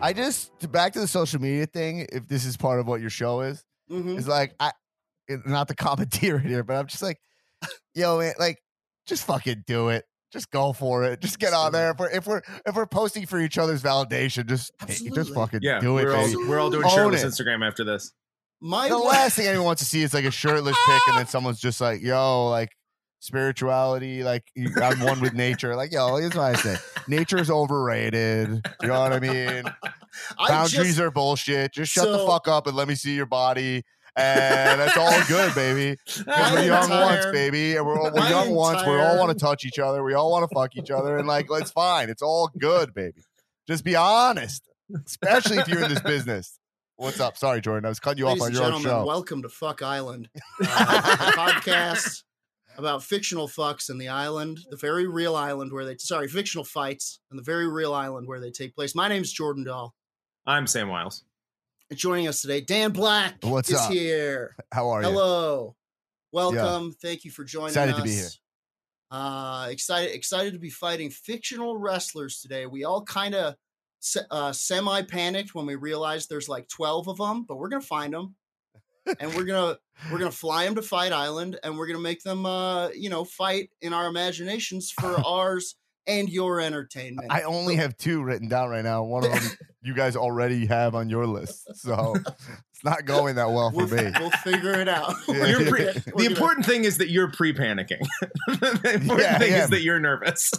I just to back to the social media thing. If this is part of what your show is, Mhm. is like I, it- not the commandeer here, but I'm just like, yo, man, like just fucking do it. Just go for it. Just get on there. If we're if we're if we're posting for each other's validation, just just Absolutely. fucking Yeah, do it. we're all baby. we're all doing Own shirtless it. Instagram after this. My The la- last thing anyone wants to see is like a shirtless pic, and then someone's just like, yo, like spirituality, like you- I'm one with nature. Like yo, here's what I say: nature is overrated. You know what I mean? I Boundaries just- are bullshit. Just shut the So- fuck up and let me see your body. And that's all good, baby. 'Cause My We're young entire- once, baby. And we're, all- we're my young once. We all entire- want to touch each other. We all want to fuck each other. And like, it's fine. It's all good, baby. Just be honest, especially if you're in this business. What's up? Sorry, Jordan. I was cutting you off Ladies on and your own gentlemen, show. welcome to Fuck Island, uh, a podcast about fictional fucks in the island, the very real island where they sorry, fictional fights and the very real island where they take place. My name's Jordan Dahl, I'm Sam Wiles. and joining us today, Dan Black What's is up? here. How are you? Hello, welcome. Thank you for joining Excited us. to be here. Uh, excited, excited to be fighting fictional wrestlers today. We all kind of se- uh, semi panicked when we realized there's like twelve of them, but we're gonna find them, and we're gonna we're gonna fly them to Fight Island, and we're gonna make them, uh, you know, fight in our imaginations for ours and your entertainment. I only have two written down right now. One of them you guys already have on your list. So it's not going that well for we'll, me. we'll figure it out. Yeah. We're You're gonna- pre- we're the gonna- important thing is that you're pre-panicking. the important Yeah, I thing is am. that you're nervous.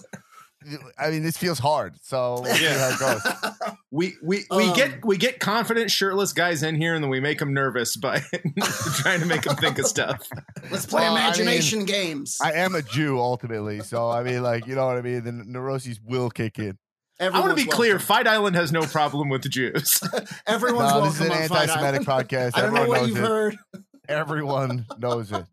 I mean, this feels hard. So we'll see Yeah. how it goes. We we we Um, get we get confident shirtless guys in here, and then we make them nervous by trying to make them think of stuff. Let's play Well, I mean, imagination games. I am a Jew ultimately, so I mean, like, you know what I mean. The neuroses will kick in. I want to Everyone's be clear: welcome. Fight Island has no problem with Jews. Everyone's No, welcome this is an on Fight Island. anti-Semitic podcast. I don't know Everyone what knows you've it. heard. Everyone knows it.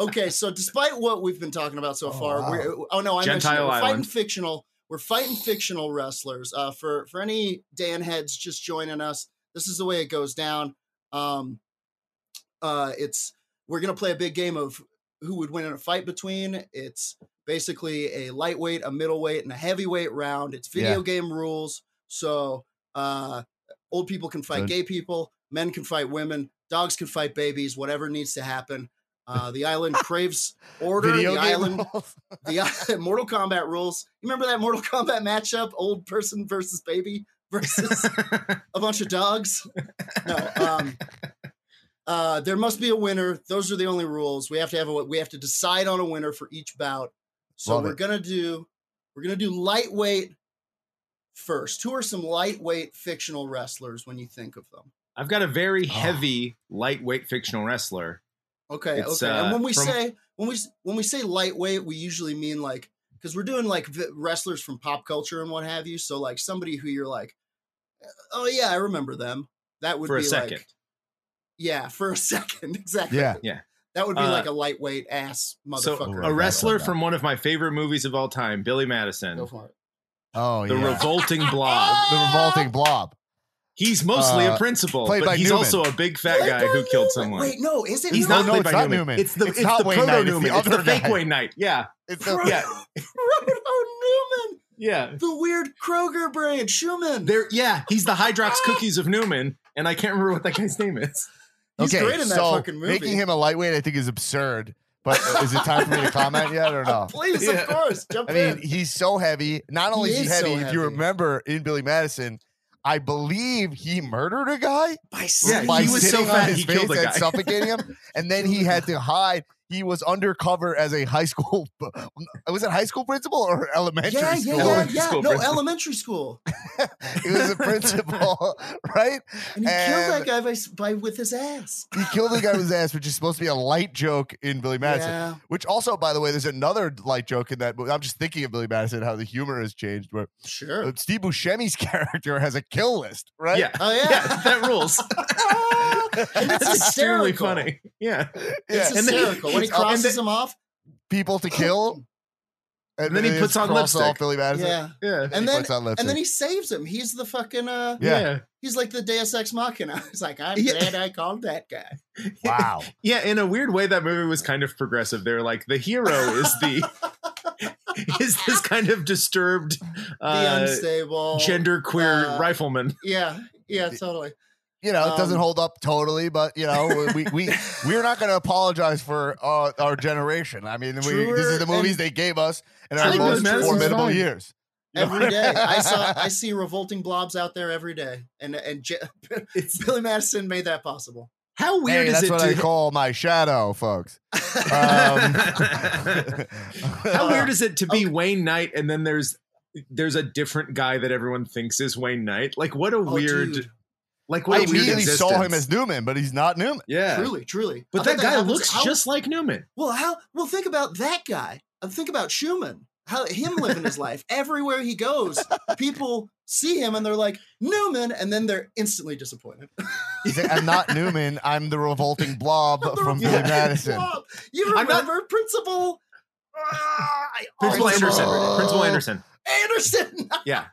Okay, so despite what we've been talking about so Oh, far, wow. we're, oh no, I mentioned it. Gentile we're fighting Island. fictional. We're fighting fictional wrestlers. Uh, for for any Dan heads just joining us, this is the way it goes down. Um, uh, it's we're gonna play a big game of who would win in a fight between. It's basically a lightweight, a middleweight, and a heavyweight round. It's video Yeah. game rules. So uh, old people can fight Good. gay people, men can fight women, dogs can fight babies. Whatever needs to happen. Uh, the island craves order. Video the game island rules? the uh, Mortal Kombat rules. You remember that Mortal Kombat matchup? Old person versus baby versus a bunch of dogs. No. Um, uh, there must be a winner. Those are the only rules. We have to have a we have to decide on a winner for each bout. So Love we're it. gonna do we're gonna do lightweight first. Who are some lightweight fictional wrestlers when you think of them? I've got a Oh. very heavy, lightweight fictional wrestler. Okay, It's, okay. and uh, when we from- say when we s- when we say lightweight, we usually mean like because we're doing like v- wrestlers from pop culture and what have you. So like somebody who you're like, oh yeah, I remember them. That would For a be second. like yeah, for a second exactly. Yeah. that would be Uh, like a lightweight ass So, motherfucker. Right, a wrestler right, right. from one of my favorite movies of all time, Billy Madison, Go for it. Oh The yeah. Revolting Blob. the revolting blob. He's mostly Uh, a principal, played by but he's Newman. also a big fat guy who killed someone. Wait, no, is it? He's No, not? not no, played it's by not Newman. Newman. It's the It's it's, not the Wayne Knight, proto it's the Newman. It's the, other fake guy. Wayne Knight. Yeah, It's Roto the, Yeah. Newman, yeah. the weird Kroger brand Schumann. There, yeah. He's the Hydrox cookies of Newman, and I can't remember what that guy's name is. He's great in that so fucking movie. Making him a lightweight, I think, is absurd. But uh, is it time for me to comment yet or no? Please, Yeah. of course, jump I mean, in. he's so heavy. Not only He is he is so heavy, if you heavy. remember in Billy Madison, I believe he murdered a guy By Yeah, by he was so sitting on fat, his he killed face the and guy. suffocating him, and then he had to hide. He was undercover as a high school. Was it high school principal or elementary yeah, school? yeah, yeah, Elementary yeah. school No, principal. elementary school. He was a principal, right? And he killed that And- guy by, s- by with his ass. He killed the guy with his ass, which is supposed to be a light joke in Billy Madison. Yeah. Which also, by the way, there's another light joke in that. But I'm just thinking of Billy Madison, how the humor has changed. Where Sure. uh, Steve Buscemi's character has a kill list, right? Yeah, Oh yeah. yeah. That rules. And it's That's extremely hysterical. funny. Yeah. Yeah. It's And then- hysterical. when he and crosses then- him off. people to kill. And then he puts just on cross off lipstick. Billy Madison. Yeah. Yeah. he And then puts on lipstick. and then he saves him. He's the fucking uh Yeah. he's like the Deus Ex Machina. He's like, I'm Yeah. glad I called that guy. wow. Yeah, in a weird way, that movie was kind of progressive. They're like, the hero is the is this kind of disturbed the uh, unstable gender queer uh, rifleman. Yeah, yeah, totally. you know, it doesn't Um, hold up totally, but you know, we we we're not going to apologize for uh, our generation. I mean, we, this Truer is the movies and- they gave us in our Truer most and Madison's formidable fine. years. You know? Every day, I saw I see revolting blobs out there every day, and and J- It's Billy Madison made that possible. how hey, weird is that's it what to I call my shadow, folks. Um, How Uh, weird is it to be Wayne Knight and then there's there's a different guy that everyone thinks is Wayne Knight? Like what a Oh, weird dude, like I what a weird immediately saw him existence. as Newman, but he's not Newman. yeah. truly, truly. I But bet that guy happens- Oh, looks how- just like Newman. well. How well? Think about that guy. And think about Schumann. How him living his life everywhere he goes, people see him and they're like Newman, and then they're instantly disappointed. He's like, I'm not Newman. I'm the revolting blob The from Billy revolting Madison. blob. You I'm not- remember Principal? Ah, I Principal always Anderson. remember Principal Oh. Anderson. it. Anderson. Yeah.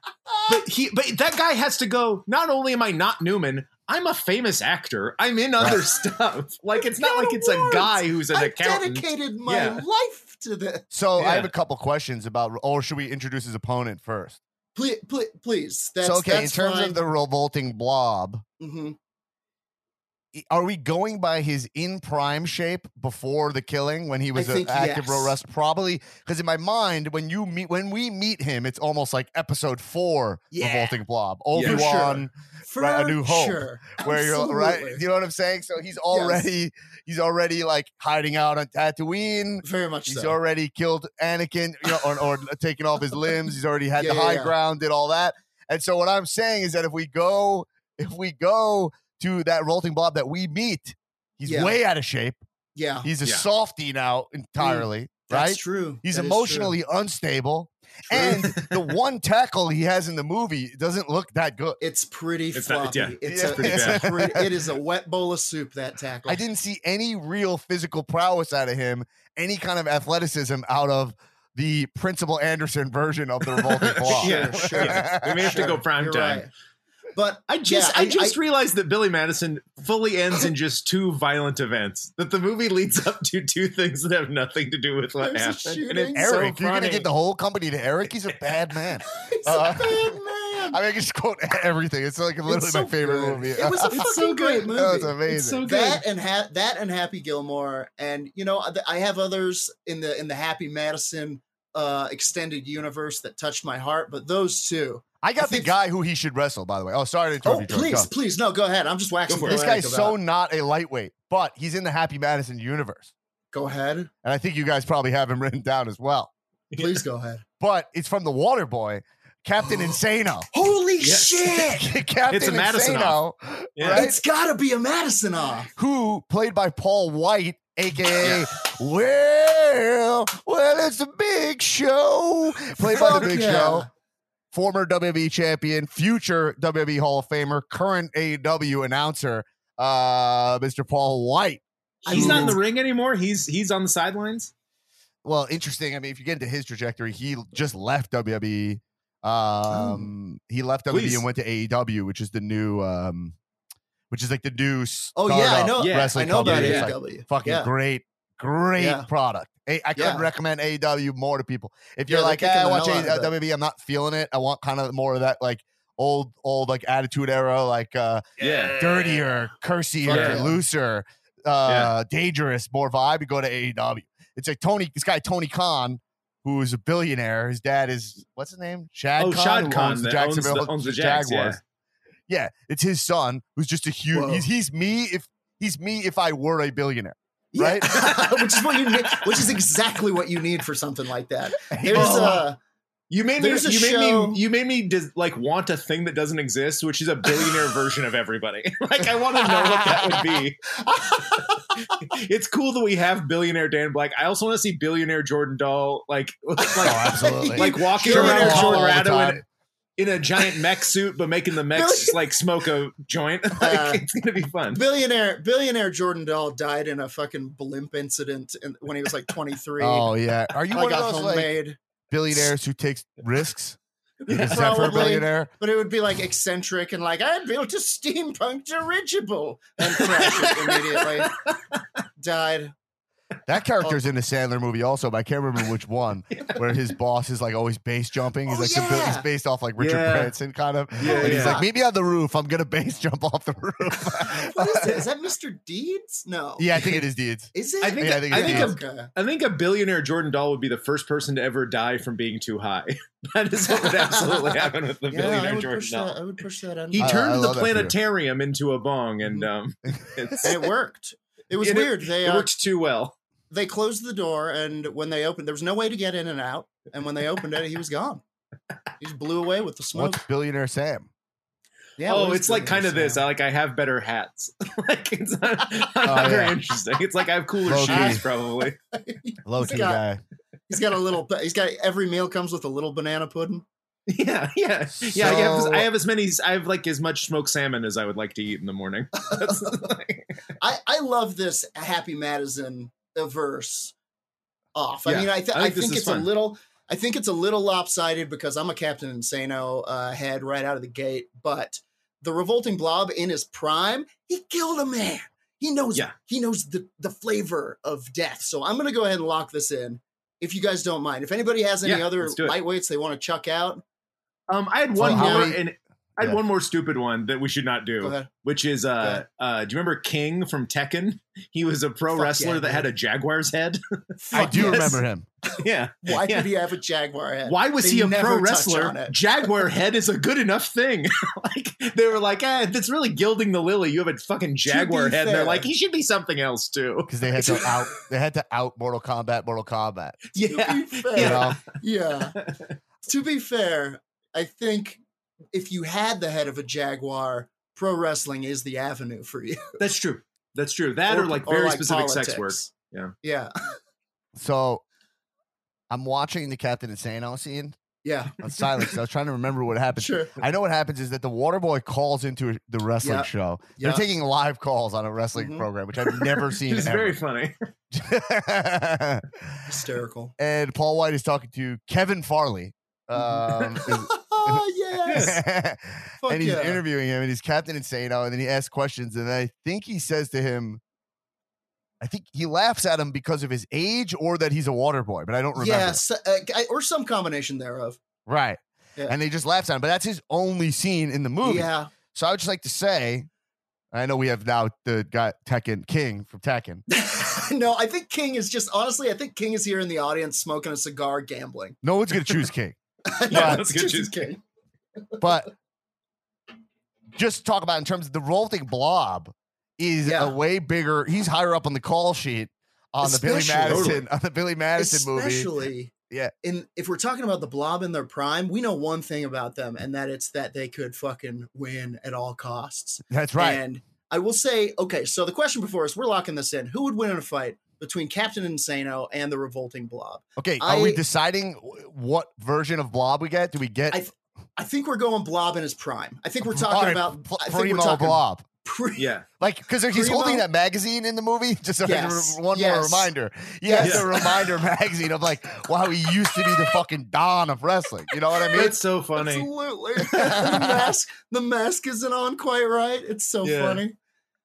But he but that guy has to go, not only am I not Newman, I'm a famous actor. I'm in other stuff. Like it's not Got like it's a awards. guy who's an I accountant. dedicated my Yeah. life to this. So I have Yeah. a couple questions about, or should we introduce his opponent first? Please, please, That's so okay, in that's terms fine. of the revolting blob, Mhm. i- are we going by his in prime shape before the killing when he was an think active row yes. wrestler? Probably because in my mind, when you meet when we meet him, it's almost like episode four Yeah. revolting blob. Yeah. Obi For sure. Wan, for right, A New Hope, sure, where you're right. Absolutely. You know what I'm saying? So he's already he's already like hiding out on Tatooine. very much He's so. already killed Anakin, you know, or, or taken off his limbs. He's already had Yeah, the yeah, high yeah. ground, did all that. And so what I'm saying is that if we go, if we go to that Rolting Blob that we meet, he's Yeah. way out of shape. yeah, He's a Yeah. softy now entirely, Mm. that's right? true. He's That is true. emotionally unstable, True. and the one tackle he has in the movie doesn't look that good. it's pretty It's floppy. not- yeah. It's, Yeah. a, Pretty it's a bad. pretty, it is a wet bowl of soup that tackle. I didn't see any real physical prowess out of him, any kind of athleticism out of the Principal Anderson version of the Revolting Blob. Sure, sure. We may have to Sure, go prime you're time. right. But I just Yeah, I, I- just realized that Billy Madison fully ends in just two violent events. That the movie leads up to two things that have nothing to do with what There's a happened. And shooting. it's so Eric, you're gonna funny. give the whole company to Eric. He's a bad man. he's Uh, a bad I man. mean, I can just quote everything. It's like literally so my favorite good. movie. It was a fucking It's so great good. movie. that was amazing. It's so good. that and ha- that and Happy Gilmore, and you know I- I have others in the in the Happy Madison uh, extended universe that touched my heart, but those two. I got I the think- guy who he should wrestle. By the way, oh sorry to interrupt Oh, you. Jordan. please, Go. please, no, go ahead. I'm just waxing. for it. This poetic guy's so about- not a lightweight, but he's in the Happy Madison universe, Go ahead, and I think you guys probably have him written down as well. please go ahead. But it's from the Water Boy, Captain Insano. Holy Yes. shit! Captain It's a Insano, Madison-off. Yeah. right? It's gotta be a Madison off. who played by Paul White, aka Well, well, it's the Big Show, played by Fuck the Big yeah. Show, former WWE champion, future WWE Hall of Famer, current AEW announcer, uh, Mr. Paul White. he's I not in mean, the ring anymore. He's he's on the sidelines. Well, interesting. I mean, if you get into his trajectory, he just left WWE. Oh. Um, he left WWE Please. and went to AEW, which is the new, um, which is like the new. Oh yeah, I startup know. Wrestling I know about company. E it, It's like- AEW. fucking yeah. great, great Yeah. product. I I couldn't Yeah. recommend AEW more to people. If Yeah, you're they're like, kicking hey, I the watch hell out of it." AEW, I'm not feeling it. I want kind of more of that like old, old like attitude era, like uh, Yeah. dirtier, cursier, yeah. looser, uh, dangerous, more vibe. You go to AEW. It's like Tony, this guy Tony Khan, who is a billionaire. His dad is what's his name? Shad Oh, Khan, Shad who Khan owns the that owns the- Jacksonville owns the Jags, yeah. Jaguars. Yeah. it's his son who's just a huge. Whoa. He's, he's me if he's me if I were a billionaire. right? Yeah. which is what you need, which is exactly what you need for something like that. There's uh, Oh. a You made me. There's a You made show- me. You made me dis- like want a thing that doesn't exist, which is a billionaire version of everybody. like I want to know what that would be. it's cool that we have billionaire Dan Black. I also want to see billionaire Jordan Dahl. Like, oh, like, absolutely. like walking Sure, around all the Colorado in, time. in a giant mech suit, but making the mechs like smoke a joint. Like, Uh, it's gonna be fun. billionaire billionaire Jordan Dahl died in a fucking blimp incident in, when he was like 23. oh yeah. Are you I one of got those like homemade, billionaires who takes risks? Yeah. Is that for a Probably. billionaire? but it would be like eccentric and like I built a steampunk dirigible and crashed it immediately. died. That character's in the Sandler movie also, but I can't remember which one. Where his boss is like always base jumping. He's Oh, like some- yeah. he's based off like Richard Yeah. Branson kind of. Yeah, and he's yeah. like, meet me on the roof. I'm gonna base jump off the roof. What is it? Is that Mr. Deeds? No. yeah, I think it is deeds. Is it? I think Yeah, I think I it's think the a, Deeds. okay. I think a billionaire Jordan Dahl would be the first person to ever die from being too high. that is what would absolutely happen with the Yeah, I billionaire would Jordan push Dahl. that. I would push that. He I- envelope. turned I the love that Mm-hmm. for you. planetarium into a bong, and um, it's, and it worked. It was And it- weird. they it uh, worked too well. they closed the door, and when they opened, there was no way to get in and out. And when they opened it, he was gone. He just blew away with the smoke. What's billionaire Sam? Yeah. oh, what is it's like doing kind of now? this. I, like I have better hats. like it's not, not Oh, very yeah. interesting. It's like I have cooler Low shoes, key. probably. Low key got- guy. He's got a little. He's got every meal comes with a little banana pudding. Yeah, yeah, yeah. I, have, So- I have as many. I have like as much smoked salmon as I would like to eat in the morning. That's like, I I love this Happy Madison verse off. I Yeah, mean, I, th- I I think this think is it's a fun. little. I think it's a little lopsided because I'm a Captain Insano uh, head right out of the gate, but the revolting blob in his prime, he killed a man. He knows. Yeah. He knows the the flavor of death. So I'm gonna go ahead and lock this in. If you guys don't mind, if anybody has any Yeah, other let's do it. lightweights they want to chuck out, um, I had So one how more, many- and I had Yeah. one more stupid one that we should not do. go ahead. which is uh, uh do you remember King from Tekken? He was a pro Fuck wrestler yeah, that dude. had a jaguar's head. I Fuck do yes. remember him. yeah. Why Yeah. did he have a jaguar head? Why was They he a never touch pro on wrestler? it. Jaguar head is a good enough thing. like they were like, ah, that's really gilding the lily. You have a fucking jaguar head. And fair. they're like, he should be something else too. Because they had to out they had to out Mortal Kombat, Mortal Kombat. Yeah. To be fair, You know? Yeah. to be fair, I think if you had the head of a jaguar, pro wrestling is the avenue for you. That's true. That's true. That or, like very specific sex work. politics. Yeah. Yeah. So I'm watching the Captain Insano scene Yeah. on silence. I was trying to remember what happened. Sure. I know what happens is that the water boy calls into the wrestling Yeah. show. Yeah. They're taking live calls on a wrestling Mhm. program, which I've never seen. It's ever. very funny. Hysterical. and Paul White is talking to Kevin Farley. Um, is- oh, yes. Fuck and he's yeah. interviewing him, and he's Captain Insano, and then he asks questions, and I think he says to him, I think he laughs at him because of his age or that he's a water boy, but I don't remember. Yes. Uh, I- or some combination thereof. Right. Yeah. And they just laughs at him, but that's his only scene in the movie. Yeah. So I would just like to say, I know we have now the guy Tekken King from Tekken. no, I think King is just, honestly, I think King is here in the audience smoking a cigar, gambling. No one's gonna choose King, Yeah, Yeah, that's good. Just She's- King. but just talk about in terms of the revolting blob is Yeah. a way bigger. He's higher up on the call sheet on the Billy Especially- Madison Totally. on the Billy Madison movie. especially Yeah. in if we're talking about the blob in their prime we know one thing about them and that it's that they could fucking win at all costs That's right. and i will say okay so the question before us we're locking this in who would win in a fight between captain insano and the revolting blob okay, are we I- deciding wh- what version of blob we get? Do we get I th- i think we're going blob in his prime i think we're All talking right, about pl- i think primo we're talking blob? pre- Yeah. Like, because he's holding Primo? that magazine in the movie. Just so I can Yes, re- one more yes, reminder. Yeah, yes. it's a reminder magazine of like, wow, he used to be the fucking don of wrestling. You know what I mean? That's so funny. Absolutely. the mask, the mask isn't on quite right. It's so Yeah. funny.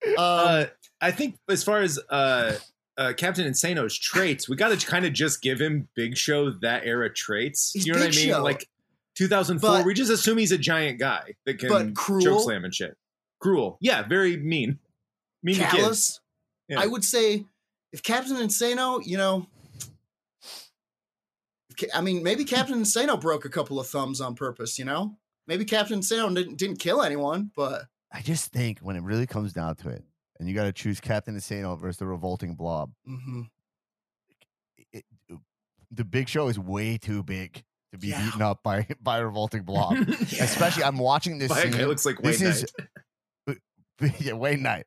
Um, uh, I think as far as uh, uh, Captain Insano's traits, we got to kind of just give him Big Show that era traits. He's you know what I Big mean? Show. Like 2004, But- we just assume he's a giant guy that can but cruel. choke slam and shit. Cruel, yeah, very mean, mean to kids. callous. Yeah. I would say if Captain Insano, you know, Ca- I mean, maybe Captain Insano broke a couple of thumbs on purpose. You know, maybe Captain Insano didn't, didn't kill anyone, but I just think when it really comes down to it, and you got to choose Captain Insano versus the revolting blob, mhm. it, the Big Show is way too big to be Yeah. beaten up by by a revolting blob. Especially, I'm watching this. By a guy scene. looks like Wayne this is yeah, Wayne Knight.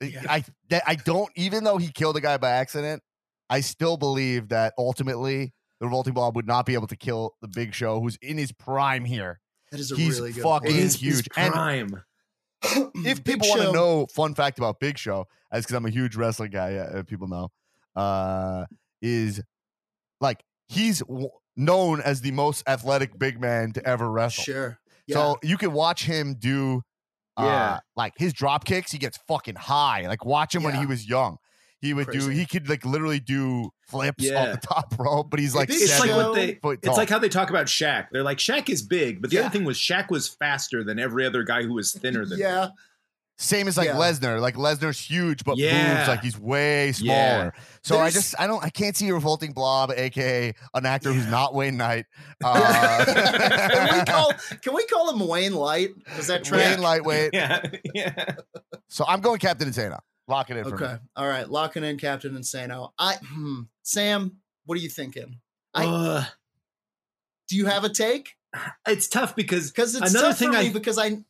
Yeah. I that I don't even though he killed a guy by accident, I still believe that ultimately the revolting blob would not be able to kill the Big Show, who's in his prime here. that is a he's really good. fucking- point. It is huge. And- crime. If Big people want Show- to know fun fact about Big Show, as because I'm a huge wrestling guy, yeah, uh, people know, uh, is like he's w- known as the most athletic big man to ever wrestle. sure, yeah, So you can watch him do, uh, Yeah. like his drop kicks. He gets fucking high. Like watch him when Yeah. he was young. He would do. Crazy. He could like literally do flips off Yeah. the top rope, but he's like They it's like seven show- what they. foot tall. It's like how they talk about Shaq. They're like Shaq is big, but the Yeah. other thing was Shaq was faster than every other guy who was thinner than. him. yeah, Same as like Yeah. Lesnar. Like Lesnar's huge, but Yeah. moves like he's way smaller. Yeah. So I There's- just I don't I can't see a revolting blob, aka an actor who's not Wayne Knight. can we Uh, call can we call him Wayne Light? Does that track? Wayne lightweight. Yeah, yeah. So I'm going Captain Insana. Lock it in for Okay. me. All right. Locking in Captain Insano. I hmm. Sam, what are you thinking? I- Ugh. Do you have a take? it's tough because Because it's Another tough thing for me I- because I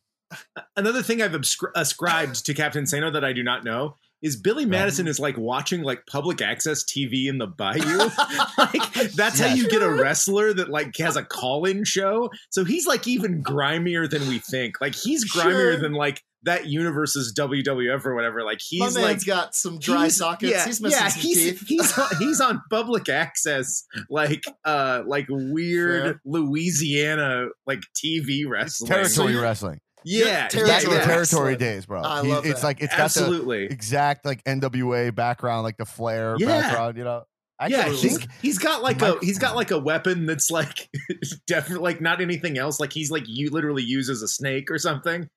another thing I've abscri- ascribed to Captain Sano that I do not know is Billy Madison is like watching like public access TV in the bayou. like that's how Yes. you get a wrestler that like has a call-in show. So he's like even grimier than we think. Like he's grimier Sure. than like that universe's WWF or whatever. Like my man's he's like got some dry he's- sockets. yeah, he's missing yeah, some he's, teeth. He's on, he's on public access, like uh, like weird Sure. Louisiana like TV It's wrestling. territory you're- wrestling. yeah, It's back in the territory yeah, territory wrestling. days, bro. I He- love it's that. like it's got the absolutely. exact like NWA background, like the flare Yeah. background, you know. yeah, Actually, he's, he's got like a Mike- he's got like a weapon that's like definitely like not anything else. Like he's like you literally uses a snake or something.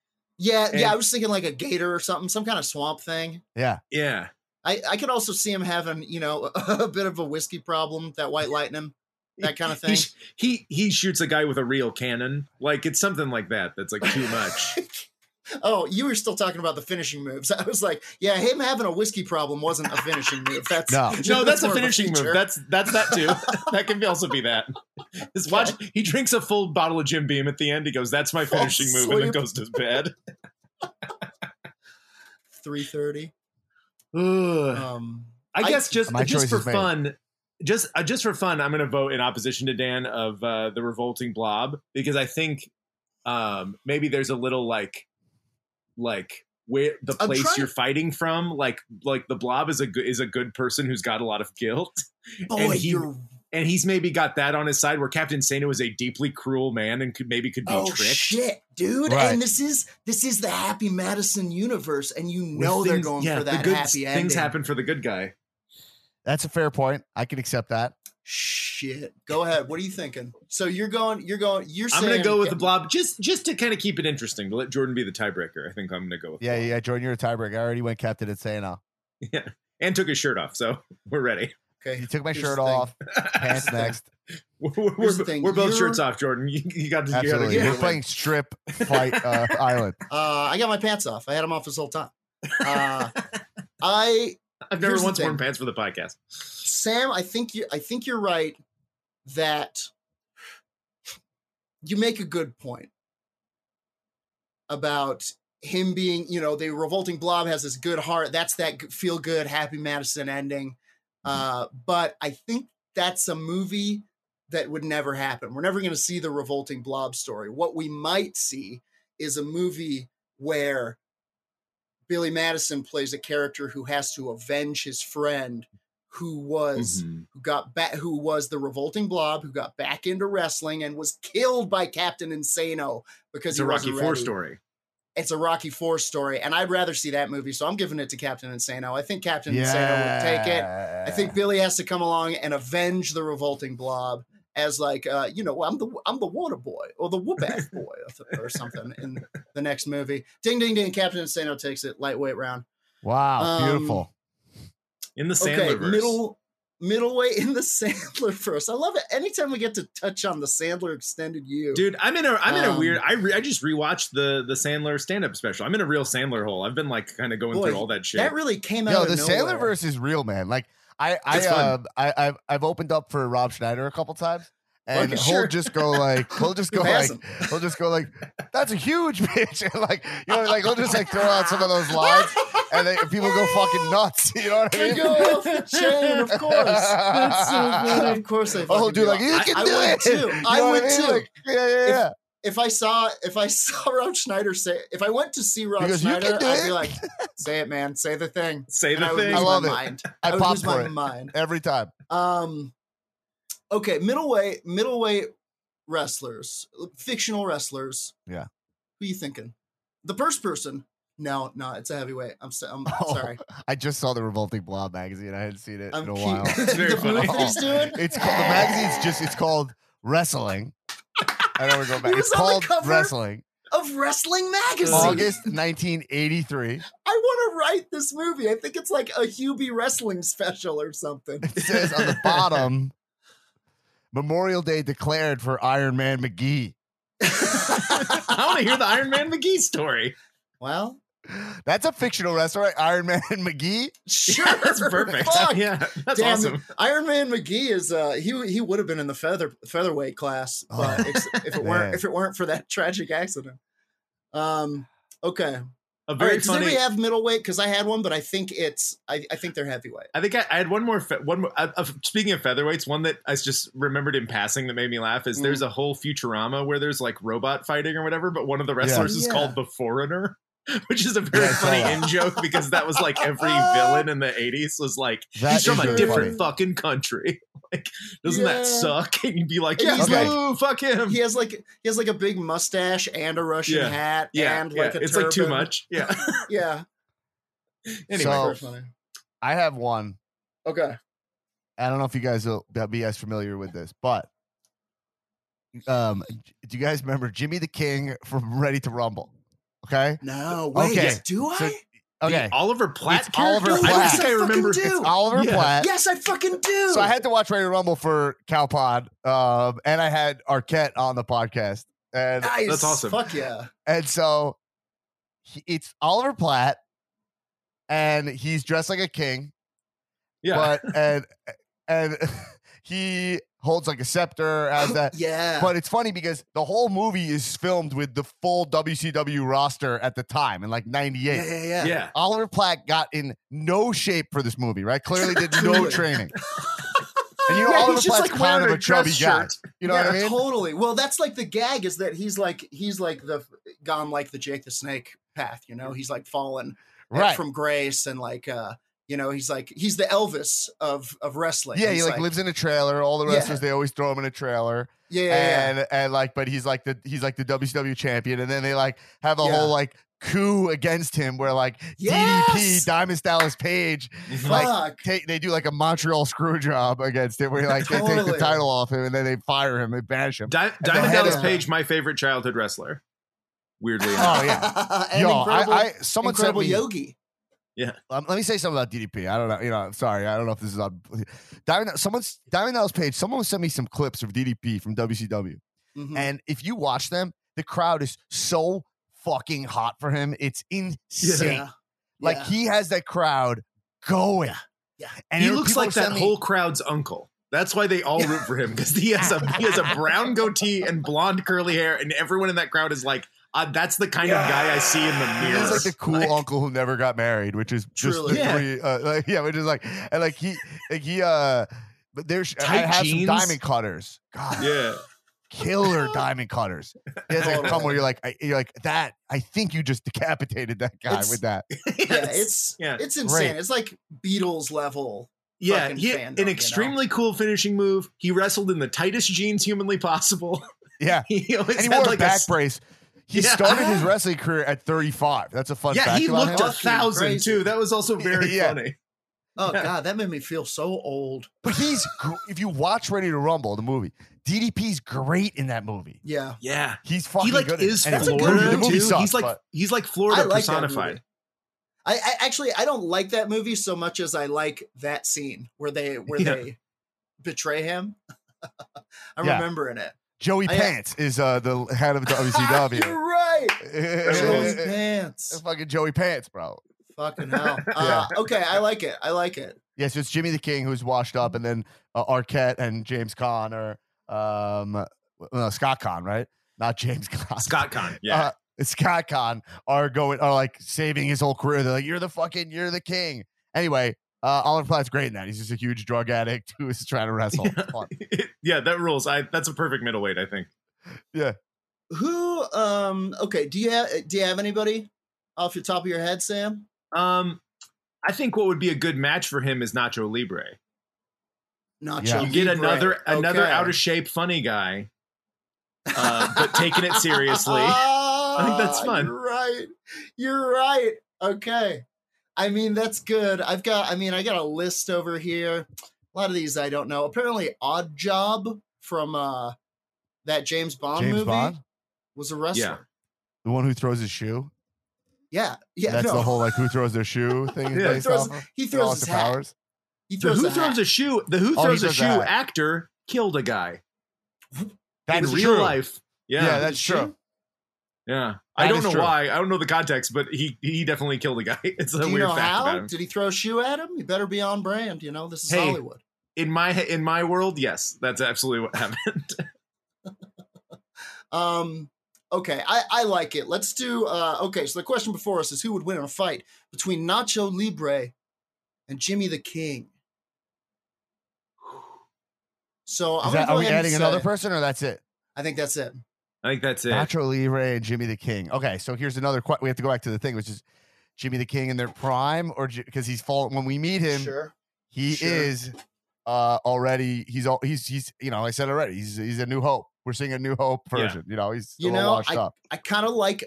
yeah, and- yeah. I was thinking like a gator or something, some kind of swamp thing. yeah. Yeah, I, I could also see him having, you know, a, bit of a whiskey problem, that white lightning, that kind of He, thing. sh- he he shoots a guy with a real cannon. Like it's something like that. That's like too much. oh, you were still talking about the finishing moves. I was like, yeah, him having a whiskey problem wasn't a finishing move. That's No. no, that's a more of finishing move. feature. That's that's that too. that can be also be that. Just watch. He drinks a full bottle of Jim Beam at the end. He goes, "That's my Falls finishing move," and then asleep. goes to bed. 330. Ugh. Um, I I- guess just My just choice for is made. fun, just uh, just for fun, I'm going to vote in opposition to Dan of uh, the revolting blob because I think um, maybe there's a little like like where the I'm place trying- you're fighting from, like like the blob is a good is a good person who's got a lot of guilt, boy, he- you're and he's maybe got that on his side. Where Captain Sano is a deeply cruel man and could maybe could be oh tricked. shit, dude. Right. And this is this is the Happy Madison universe, and you Where know they're things- going yeah, for the that good happy things ending. happen for the good guy. That's a fair point. I can accept that. Shit, go ahead. What are you thinking? So you're going, you're going, you're. I'm saying, going to go with the blob just just to kind of keep it interesting to let Jordan be the tiebreaker. I think I'm going to go with Yeah, yeah, Jordan, you're a tiebreaker. I already went Captain Insana. and took his shirt off. So we're ready. Okay, You took my Here's shirt the thing. off. Pants next. We're, we're, Here's the we're- thing, we're both you're- shirts off, Jordan. You, you got to you gotta Absolutely. get We're it. playing strip fight uh, island. uh, I got my pants off. I had them off this whole time. Uh, I I've never here's the once worn thing. pants for the podcast. Sam, I think you I think you're right that you make a good point about him being, you know, the revolting blob has this good heart. That's that feel good happy Madison ending. Uh, but I think that's a movie that would never happen. We're never going to see the revolting blob story. What we might see is a movie where Billy Madison plays a character who has to avenge his friend who was Mhm. who got back who was the revolting blob who got back into wrestling and was killed by Captain Insano because It's he a Rocky wasn't Four ready. story. It's a Rocky Four story, and I'd rather see that movie. So I'm giving it to Captain Insano. I think Captain Insano would take it. I think Billy has to come along and avenge the revolting blob as like uh, you know I'm the I'm the water boy or the whoop-ass boy or th- or something in the next movie. Ding ding ding! Captain Insano takes it lightweight round. Wow, Um, beautiful. In the Okay, Sandler middle middleweight in the Sandler verse. I love it. Anytime we get to touch on the Sandler extended you, Dude, I'm in a I'm in a Um, weird I re, I just rewatched the the Sandler stand up special. I'm in a real Sandler hole. I've been like kind of going Boy, through all that shit. that really came out Yo, of the nowhere. Sandlerverse is real, man. Like I, I, It's fun. um, I, I've, I've opened up for Rob Schneider a couple times, and Okay, he'll sure. just go like, he'll just Who go like, hasn't? he'll just go like, that's a huge bitch, and like, you know, like he'll just like throw out some of those lines, and then people go fucking nuts. You know what I They mean? go off the chain, of course. That's so funny. Of course, they. Oh, fucking dude, do. like you I- can I do would it too. You I know what would mean? too. Like, yeah, yeah, yeah. If I saw if I saw Rob Schneider say if I went to see Rob Because you can Schneider, do I'd be it. like, "Say it, man. Say the thing." Say And the I would thing. lose I love my it. mind. I, I would pop lose for my it mind. every time. Um, okay, middleweight, middleweight wrestlers, fictional wrestlers. Yeah. who you thinking? The first person No, no, it's a heavyweight. I'm, so, I'm Oh, sorry. I just saw the Revolting Blob magazine. I hadn't seen it I'm in a keep- while. Oh. It's very the funny. move he's doing. It's called the magazine's just it's called Wrestling. I know we're going back. He It's was on the called cover. Wrestling. of Wrestling Magazine. August 1983. I want to write this movie. I think it's like a Hubie wrestling special or something. It says on the bottom Memorial Day declared for Iron Man McGee. I want to hear the Iron Man McGee story. well, That's a fictional wrestler, right? Iron Man and McGee. sure, Yeah, that's perfect. Fuck. Yeah, that's Damn, awesome. Iron Man McGee is uh he he would have been in the feather featherweight class Oh, uh, ex- if it man. weren't if it weren't for that tragic accident. Um okay. A All very right, does funny. anybody have middleweight cuz I had one but I think it's I, I think they're heavyweight. I think I, I had one more. Fe- one more. Uh, of speaking of featherweights, one that I just remembered in passing that made me laugh is Mm. there's a whole Futurama where there's like robot fighting or whatever, but one of the wrestlers is Yeah. called the Foreigner, which is a very Yeah, I saw funny that. in joke because that was like every Ah. villain in the '80s was like That he's from is a very different funny. fucking country. Like, doesn't Yeah. that suck? And you'd be like, And yeah, he's like- ooh, fuck him. He Yeah, has like he has like a big mustache and a Russian Yeah. hat yeah, and like a it's like too turban. much. Yeah. Yeah. anyway, So- Very funny. I have one. Okay. I don't know if you guys will that'll be as familiar with this, but um, do you guys remember Jimmy the King from Ready to Rumble? Okay. No, wait. Okay. yes, Do I? So- Okay. the Oliver Platt. It's Oliver character? I Platt. think Yes, I I remember. fucking do. It's Oliver Yeah. Platt. yes, I fucking do. Uh, So I had to watch Ready to Rumble for Cowpod, um, and I had Arquette on the podcast, and nice. That's awesome. Fuck yeah. and so he, it's Oliver Platt, and he's dressed like a king, Yeah. but and and he holds like a scepter as that. Oh, Yeah. Uh, But it's funny because the whole movie is filmed with the full WCW roster at the time in like '98. yeah, yeah, yeah. yeah. Oliver Platt got in no shape for this movie, right? Clearly did no Clearly. training. And you know, Yeah, he's Oliver just, Platt's like, kind of wearing a a dress chubby guy. shirt. You know what I Yeah, mean? Totally. Well, that's like the gag is that he's like he's like the gone like the Jake the Snake path. You know, he's like fallen at- right. from grace and like uh you know he's like he's the Elvis of of wrestling. yeah, he He's like, lives in a trailer. All the Yeah. wrestlers they always throw him in a trailer, Yeah, yeah, yeah. and and like, but he's like the he's like the WCW champion, and then they like have a Yeah. whole like coup against him where like Yes! DDP Diamond Dallas Page Mm-hmm. like Fuck. take they do like a Montreal screw job against him where like they take the Totally. title off him and then they fire him and banish him. Di- the Diamond head Dallas of- Page, my favorite childhood wrestler. Weirdly enough. Oh yeah, and yo, incredible, I, I someone said incredible me, yogi. Um, let me say something about DDP. I don't know. You know, I'm sorry. I don't know if this is on Diamond. Someone's Diamond Dallas Page. Someone sent me some clips of DDP from WCW, Mhm. and if you watch them, the crowd is so fucking hot for him. It's insane. Yeah. Like Yeah. he has that crowd going. Yeah. and he you know, looks people like send that me- whole crowd's uncle. That's why they all root for him because he has a he has a brown goatee and blonde curly hair, and everyone in that crowd is like, uh, "That's the kind of guy I see in the mirror." He's like the cool uncle who never got married, which is just Truly. the Yeah. three, uh, like, yeah, which is like and like he like he uh. But there's I Tight have jeans. some diamond cutters. God, yeah, killer diamond cutters. It's like a Totally. come where you're like, I, you're like that. I think you just decapitated that guy It's- with that. yeah, it's yeah. it's insane. Great. It's like Beatles level. yeah. fucking He, fandom, you an know? extremely cool finishing move. He wrestled in the tightest jeans humanly possible. Yeah, he always and he had wore like a back s- brace. He Yeah. started his wrestling career at 35. That's a fun yeah, fact he about looked him. a thousand Crazy. too. That was also very Yeah. funny. Oh Yeah. god, that made me feel so old. But he's gr- if you watch Ready to Rumble, the movie, DDP's great in that movie. Yeah. Yeah, He's fucking he like good. is in it. Anyway, Florida the movie, the movie too. sucks, he's like but he's like Florida that personified. movie. I, I actually I don't like that movie so much as I like that scene where they where Yeah. they betray him. I'm Yeah. remembering it. Joey I- Pants is uh, the head of You're WCW. right. Joey It's Pants. fucking Joey Pants, bro. Fucking hell. Uh, okay, I like it. I like it. Yes, it's Jimmy the King who's washed up, and then uh, Arquette and James Conn or um, uh, no, Scott Conn, right? Not James Conn. Scott Con, yeah. Uh, Scott Conn are going are like saving his whole career. They're like, "You're the fucking, you're the king." Anyway, uh, Oliver Platt's great in that. He's just a huge drug addict who is trying to wrestle. It's fun. yeah, that rules. I that's a perfect middleweight, I think. Who um okay, do you have do you have anybody off the top of your head, Sam? Um I think what would be a good match for him is Nacho Libre. Nacho. Yeah. You get Libre. another another Okay. out of shape funny guy, uh, but taking it seriously. I think that's Ah, fun. You're right. You're right. Okay. I mean, that's good. I've got, I mean, I got a list over here. A lot of these I don't know. Apparently, Odd Job from uh that James Bond James movie Bond, was a wrestler. the one who throws his shoe. Yeah. Yeah. that's no. the whole like who throws their shoe thing. is Yeah. based Throws- off of. he throws his Austin hat. Powers. He The throws Who a hat. Throws a Shoe, the Who Oh, he Throws a does Shoe that. actor killed a guy That's in true. real life. Yeah, Yeah. Yeah. that's true. I That don't is know true. why. I don't know the context, but he he definitely killed a guy. It's a Do you weird know fact how? about him. Did he throw a shoe at him? You better be on brand. You know, this is Hey. Hollywood. In my in my world, yes, that's absolutely what happened. Um, okay, I, I like it. Let's do. Uh, okay, so the question before us is who would win in a fight between Nacho Libre and Jimmy the King. So I'm Is gonna that, go are we ahead and adding another say- person or that's it? I think that's it. I think that's it. Nacho Libre and Jimmy the King. Okay, so here's another. Que- we have to go back to the thing, which is Jimmy the King in their prime, or because he's fallen when we meet him, Sure. he sure. is uh already. He's all he's he's you know I said already he's he's a new hope. We're seeing a new hope Yeah. version. You know he's a You little know, washed up. I kind of like.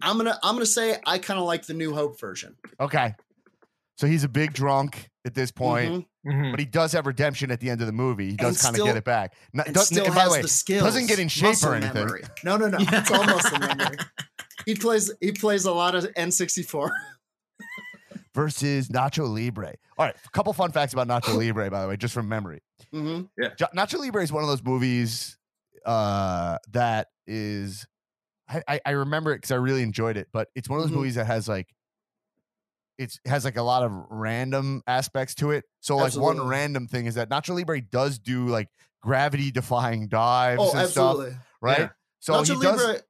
I'm gonna I'm gonna say I kind of like the New Hope version. Okay, so he's a big drunk at this point, Mhm. Mhm. but he does have redemption at the end of the movie. He does kind of still- get it back. Not, and doesn't- still and has by the way, the skills. get in shape or muscle anything. Memory. No, no, no. Yeah. It's all muscle memory. He plays he plays a lot of N64. versus Nacho Libre. All right, a couple fun facts about Nacho Libre, by the way, just from memory. hmm Jo- Nacho Libre is one of those movies uh, that is, I, I, I remember it because I really enjoyed it, but it's one of those Mhm. movies that has like, it's has like a lot of random aspects to it. So like one Absolutely. random thing is that Nacho Libre does do like gravity defying dives Oh, and stuff, absolutely. right? Yeah. So Nacho he does Libre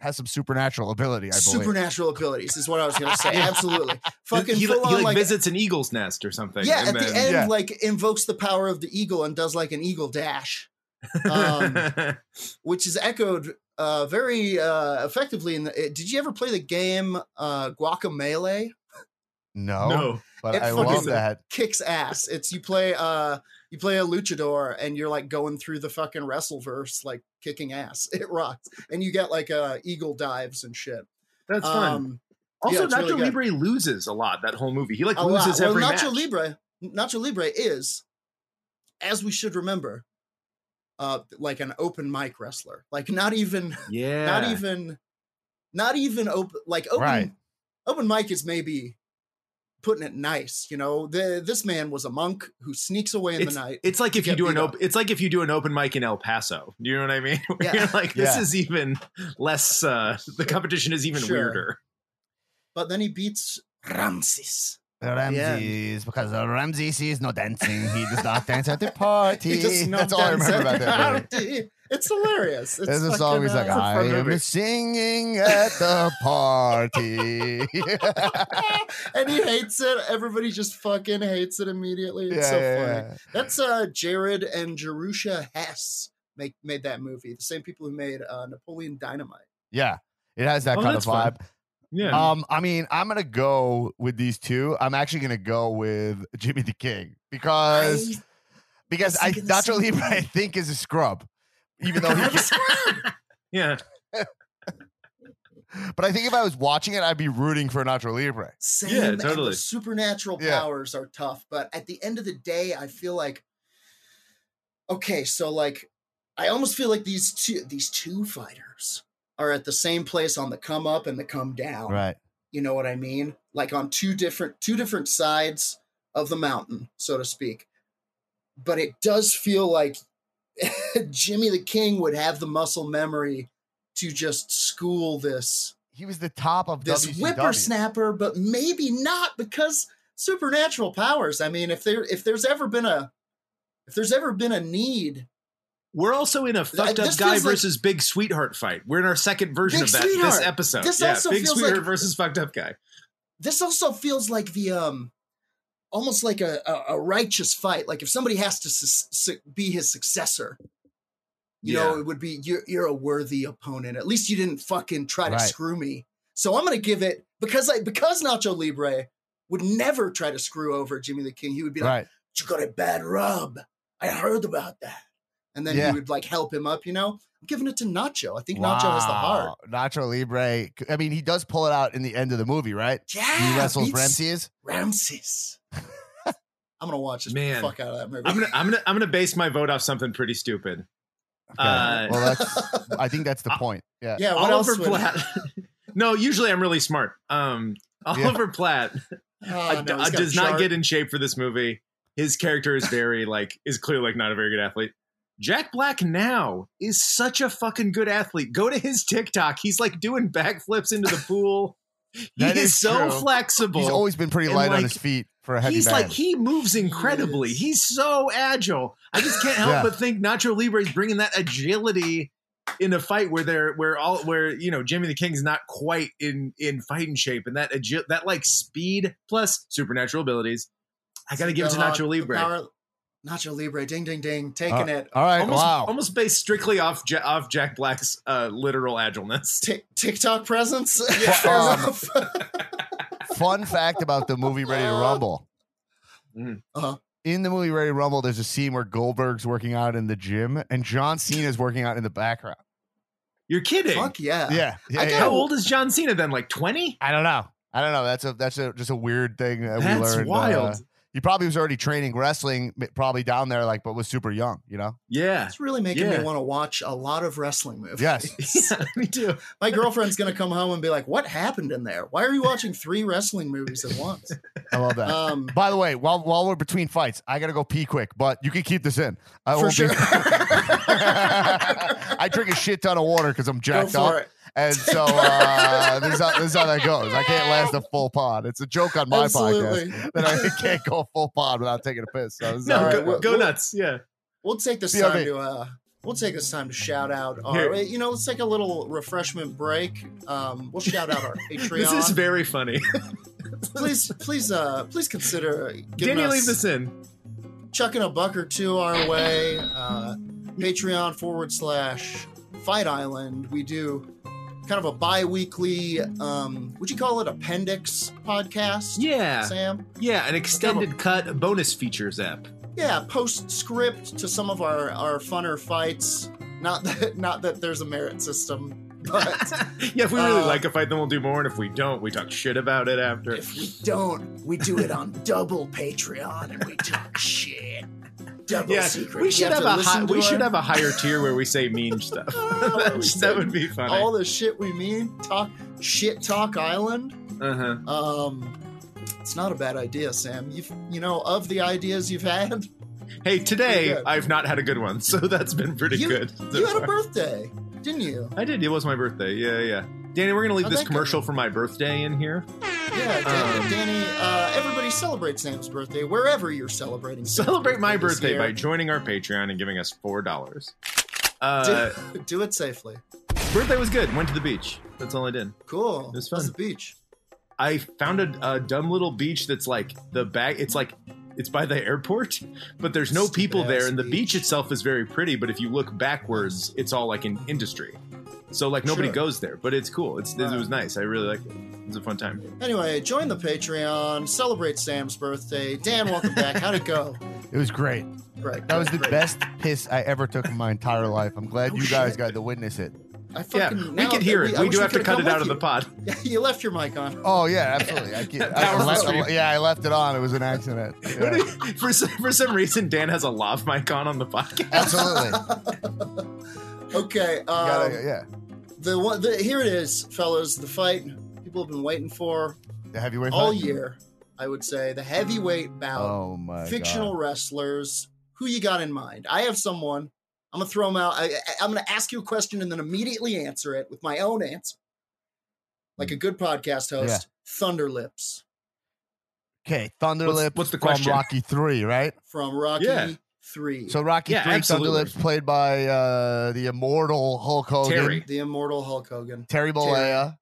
has some supernatural ability, I believe. supernatural abilities is what I was gonna say. Absolutely. Fucking he, he, full he, on like like, visits an eagle's nest or something. Yeah, and at the then- end, Yeah. like invokes the power of the eagle and does like an eagle dash, um, which is echoed uh very uh effectively in the eh, did you ever play the game uh guacamele? no, no, but It I fucking- love that. kicks ass. It's you play uh you play a luchador and you're like going through the fucking wrestle verse like kicking ass. It rocks. And you get like uh eagle dives and shit. that's fun. Um, Also, it's Nacho really good. Libre loses a lot that whole movie. He like a lot. loses Well, every Nacho match. Libre Nacho Libre is as we should remember uh like an open mic wrestler. Like not even yeah, not even not even open like open Right. open mic is maybe putting it nice, you know. The, this man was a monk who sneaks away in it's, the night. it's like if you get do an beat open. It's like if you do an open mic in El Paso. Do you know what I mean? Where Yeah. You're like this Yeah. is even less. uh The competition is even Sure. weirder. but then he beats Ramses. Ramses, because uh, Ramses is not dancing. He does not dance at the party. He does not That's all I dance remember about at that. Movie. the party. It's hilarious. It's There's a fucking, song he's like, uh, I fun am movie. singing at the party. and he hates it. Everybody just fucking hates it immediately. It's so funny. That's uh, Jared and Jerusha Hess make made that movie. The same people who made uh, Napoleon Dynamite. Yeah, it has that Oh, kind of that's fun. vibe. Yeah. Um, I mean, I'm gonna go with these two. I'm actually gonna go with Jimmy the King because I- because was I thinking the Nacho same Libre I thing. think is a scrub, even though Oh, he yeah. But I think if I was watching it, I'd be rooting for Nacho Libre. same Yeah, and the totally. supernatural Yeah. powers are tough but at the end of the day i feel like okay so like i almost feel like these two these two fighters are at the same place on the come up and the come down Right. you know what i mean like on two different two different sides of the mountain so to speak but it does feel like jimmy the king would have the muscle memory to just school this He was the top of this WCW. whippersnapper, but maybe not because supernatural powers. I mean, if there if there's ever been a if there's ever been a need, We're also in a fucked up this guy feels like- versus big sweetheart fight. We're in our second version Big of that sweetheart. this episode. This yeah, also big feels sweetheart like- versus fucked up guy. this also feels like the um almost like a a, a righteous fight. Like if somebody has to su- su- be his successor, you know, Yeah. it would be you're you're a worthy opponent. At least you didn't fucking try to Right. screw me. So I'm gonna give it because I because Nacho Libre would never try to screw over Jimmy the King. He would be like. Right. you got a bad rub. I heard about that. and then Yeah. you would like help him up. You know, I'm giving it to Nacho. I think Nacho has the heart. Wow. Nacho Libre. I mean, he does pull it out in the end of the movie, right? Yeah, he wrestles Ah, beats Ramses. Ramses. I'm gonna watch this Man. fuck out of that movie. I'm gonna I'm gonna I'm gonna base my vote off something pretty stupid. Uh, well, that's. I think that's the point. Yeah. yeah, what Oliver else? would- Platt. no, usually I'm really smart. Um, Yeah. Oliver Platt Oh, Um, no, uh, d- he's got does a not shark. get in shape for this movie. His character is very like is clearly like not a very good athlete. Jack Black now is such a fucking good athlete. Go to his TikTok. He's like doing backflips into the pool. he That is, is so true. flexible. He's always been pretty And, light on like, his feet for a heavy He's man. like he moves incredibly. He is. He's so agile. I just can't help Yeah. but think Nacho Libre is bringing that agility in a fight where they're where all where you know Jimmy the King's not quite in in fighting shape, and that agi- that like speed plus supernatural abilities. I got to give it to The- Nacho the Libre. power- Nacho Libre, ding ding ding, taking it, All right. almost, wow. almost based strictly off Ja- off Jack Black's uh, literal agileness. Tik TikTok presence. Yeah. Fair Um, enough. Fun fact about the movie Ready to Rumble. Mhm. Uh-huh. In the movie Ready to Rumble, there's a scene where Goldberg's working out in the gym and John Cena is working out in the background. You're kidding. Fuck yeah. Yeah. yeah, I yeah. got- How old is John Cena then? Like twenty? I don't know. I don't know. That's a that's a just a weird thing that we That's learned. wild. uh, he probably was already training wrestling, m- probably down there, like, but was super young. You know. yeah. It's really making Yeah. me want to watch a lot of wrestling movies. Yes. yeah. Me too. My girlfriend's going to come home and be like, What happened in there? Why are you watching three wrestling movies at once? I love that. Um, By the way, while while we're between fights, I gotta go pee quick, but you can keep this in. I for won't sure. Be- I drink a shit ton of water because I'm Go jacked up, for it. and so uh, this, is how, this is how that goes. I can't last a full pod. It's a joke on my podcast Absolutely. that I can't go full pod without taking a piss. So this is No, how that right, go, goes. well- go well- nuts. Yeah. We'll take this BRB. time to uh, we'll take this time to shout out Here. our you know, let's take a little refreshment break. Um, we'll shout out our Patreon. This is very funny. please please uh please consider Can giving you us leave this in? chucking a buck or two our way. Uh, Patreon forward slash Fight Island. We do kind of a bi weekly, um, would you call it appendix podcast? Yeah. Sam? Yeah, an extended cut bonus features app. Yeah, postscript to some of our, our funner fights. Not that, not that there's a merit system, but Yeah, if we really Uh, like a fight, then we'll do more, and if we don't, we talk shit about it after. if we don't, we do it on double Patreon and we talk shit. Double Yeah, secret. we You should have, to a high, listen to we should our- have a higher tier where we say mean stuff. that, that would be funny. all the shit we mean. Talk shit talk island. Uh-huh. Um, it's not a bad idea, Sam. You've you know of the ideas you've had, Hey, today Pretty good. I've not had a good one, so that's been pretty You- good. so you had a far. birthday, didn't you? I did. It was my birthday. Yeah, yeah. Danny, we're gonna leave How'd this Oh, that go? commercial for my birthday in here. Yeah, Danny. Um. Danny uh, everybody celebrate Sam's birthday wherever you're celebrating. Sam's Celebrate my this birthday by year. joining our Patreon and giving us four dollars. Uh, do, do it safely. birthday was good. Went to the beach. That's all I did. Cool. It was How's fun. the beach. I found a, a dumb little beach that's like the back. It's like it's by the airport, but there's no Stupid people there, ass and the beach. beach. itself is very pretty. But if you look backwards, it's all like an industry. So like nobody Sure. goes there, but it's cool. It's it Right. was nice. I really liked it. It was a fun time. Anyway, join the Patreon. Celebrate Sam's birthday. Dan, welcome back. How'd it go? It was great. Right. That was the great. best piss I ever took in my entire life. I'm glad Oh, you guys shit. got to witness it. I fucking, yeah, we now- could hear it. I We wish do have to could've cut come it out of with the pod. you. you left your mic on. Oh yeah, absolutely. I can't, I, That was I left, awesome. yeah, I left it on. It was an accident. Yeah, for some, for some reason, Dan has a lav mic on on the podcast. absolutely. Um, You Okay. Um, gotta- yeah, the one the, here it is fellas the fight people have been waiting for the heavyweight all fight? year i would say the heavyweight bout Oh my fictional God. wrestlers who you got in mind i have someone i'm gonna throw them out I, I- i'm gonna ask you a question and then immediately answer it with my own answer like a good podcast host Yeah. thunderlips Okay, What's- Thunderlip what's the from question? Rocky Three, right? from rocky Yeah. three So Rocky Yeah, Three, absolutely. Thunderlip's played by uh, the immortal Hulk Hogan, Terry. the immortal hulk hogan Terry Bollea.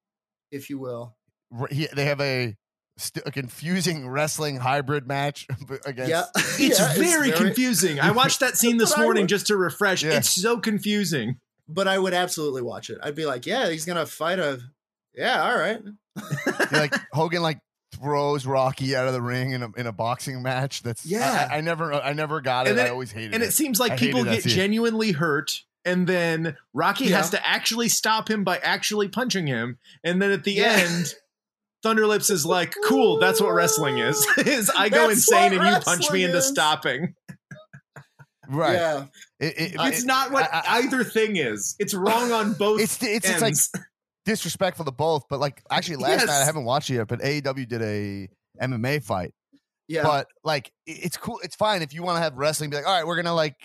if you will R- He, they have a, st- a confusing wrestling hybrid match against. yeah It's Yeah, very confusing. I watched that scene this That's what I morning would- just to refresh. Yeah. It's so confusing. but I would absolutely watch it. I'd be like, yeah, he's gonna fight a, yeah, all right, He, like Hogan, like throws Rocky out of the ring in a, in a boxing match. That's Yeah. I, I never I never got it. And then- I always hated and it. it seems like I people hated that get too. genuinely hurt and then rocky Yeah. has to actually stop him by actually punching him and then at the Yeah. end thunderlips is like cool that's what wrestling is is i go That's insane what and you punch me wrestling into is. stopping right. Yeah. It- it- I- it's not what I- I- either thing is it's wrong on both it's it's it's like ends. disrespectful to both. But like actually last Yes. night I haven't watched it yet, but AEW did a MMA fight. Yeah. But like i- it's cool, it's fine if you want to have wrestling. Be like, all right, we're gonna like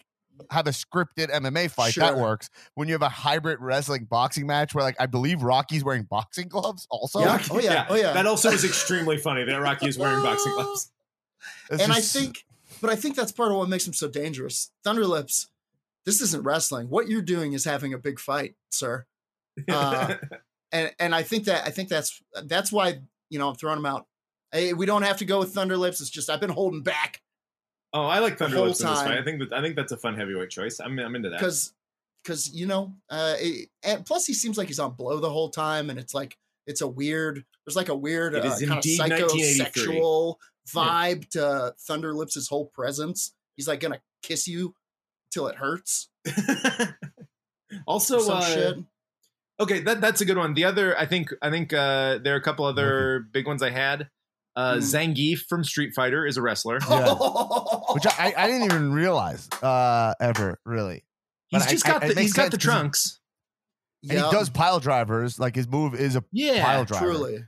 have a scripted MMA fight that Sure. works. When you have a hybrid wrestling boxing match where like I believe Rocky's wearing boxing gloves also. yeah. Oh yeah. Oh yeah. that also is extremely funny that rocky is wearing boxing gloves It's and I just- think, but I think that's part of what makes him so dangerous. Thunderlips, this isn't wrestling. What you're doing is having a big fight, sir. Uh, and and I think that I think that's that's why you know I'm throwing him out. Hey, we don't have to go with Thunderlips. It's just I've been holding back oh i like the thunderlips in whole this fight time. i think that i think that's a fun heavyweight choice i'm, I'm into that because because you know, uh, it- and plus he seems like he's on blow the whole time, and it's like it's a weird. There's like a weird uh, It is kind of indeed psychosexual 1983. Yeah. vibe to Thunderlips' whole presence. He's like gonna kiss you till it hurts. also or some uh, shit. Okay, that that's a good one. The other, I think, I think uh, there are a couple other big ones I had. Uh, Mm. Zangief from Street Fighter is a wrestler. Yeah. which I, I, I didn't even realize uh ever really. But He's I- just I- got it the makes he's got sense the 'cause he- trunks. And he does pile drivers, like his move is a pile Yeah, driver, truly.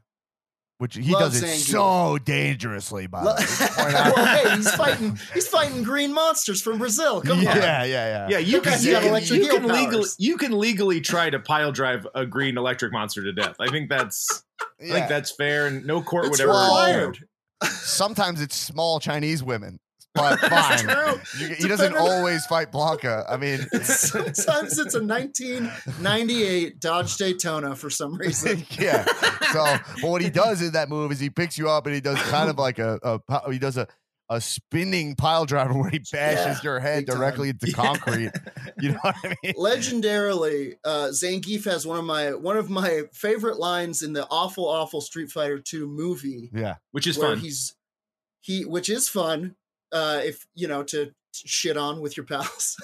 which he Love does it Zangief. so dangerously. By the Lo- way, Just point Uh, out- well, hey, he's fighting. He's fighting green monsters from Brazil. Come yeah, on. yeah, yeah, yeah. You Okay, can you got you- electric you eel can legally powers. you can legally try to pile drive a green electric monster to death. I think that's I think Yeah. that's fair, and no court It's would ever. required. Sometimes it's small Chinese women, but That's fine. true. You- he doesn't Depending- always fight Blanca. I mean, Sometimes it's a 1998 Dodge Daytona for some reason. yeah. So but what he does in that move is he picks you up and he does kind of like a, a pi- he does a a spinning pile driver where he bashes Yeah, your head big time. directly into Yeah. concrete. You know what I mean? Legendarily, uh, Zangief has one of my one of my favorite lines in the awful, awful Street Fighter II movie. Yeah. which is where fun. he's he which is fun uh if you know to shit on with your pals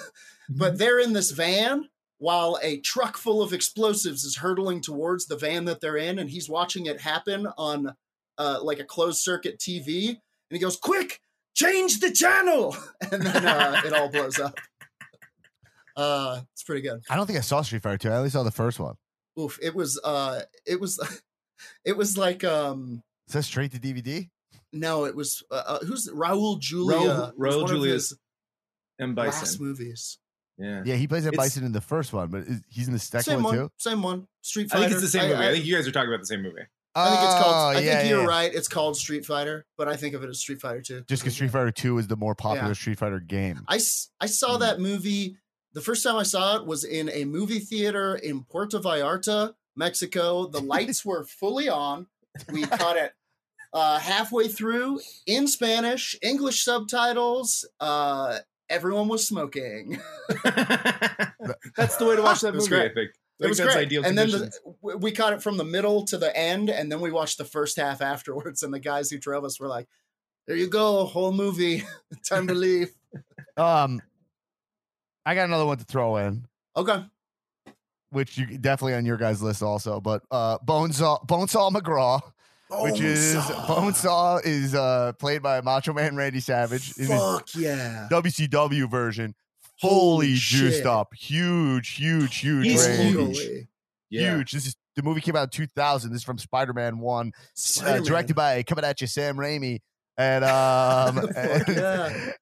Mm-hmm. but they're in this van while a truck full of explosives is hurtling towards the van that they're in and he's watching it happen on uh like a closed circuit tv and he goes quick change the channel and then uh, it all blows up uh it's pretty good I don't think I saw Street Fighter 2. I only saw the first one. oof it was uh it was it was like um Is that straight to DVD? No, it was uh, uh, who's Raul Julia. It was Raul one of Julia's his And last Bison. movies. Yeah. Yeah, he plays that It's- Bison in the first one, but is, he's in the second same one one, too. same one. Street I Fighter. think it's the same movie. I think you guys are talking about the same movie. I think it's Oh, called. I yeah, think you're yeah. right. It's called Street Fighter, but I think of it as Street Fighter Two. Just because Street Fighter 2 is the more popular Street Fighter game. I s- I saw Hmm. Mm. that movie. The first time I saw it was in a movie theater in Puerto Vallarta, Mexico. The lights were fully on. We caught it uh, halfway through in Spanish, English subtitles. Uh, everyone was smoking. That's the way to watch that It was movie. I great. think. I It think was that's great. ideal and conditions. then the, w- we caught it from the middle to the end, and then we watched the first half afterwards. And the guys who drove us were like, "There you go, whole movie. Time to leave." Um, I got another one to throw in, Okay. which you definitely on your guys' list also. But uh, Bonesaw, Bonesaw McGraw, which is Bonesaw is uh, played by Macho Man Randy Savage in his Fuck yeah. WCW version. Holy Fully juiced shit. up, huge, huge, huge He's range. huge. huge. This is the movie came out in 2000. This is from Spider-Man One, s- uh, Spider-Man. directed by coming at you Sam Raimi, and um, Fuck and yeah.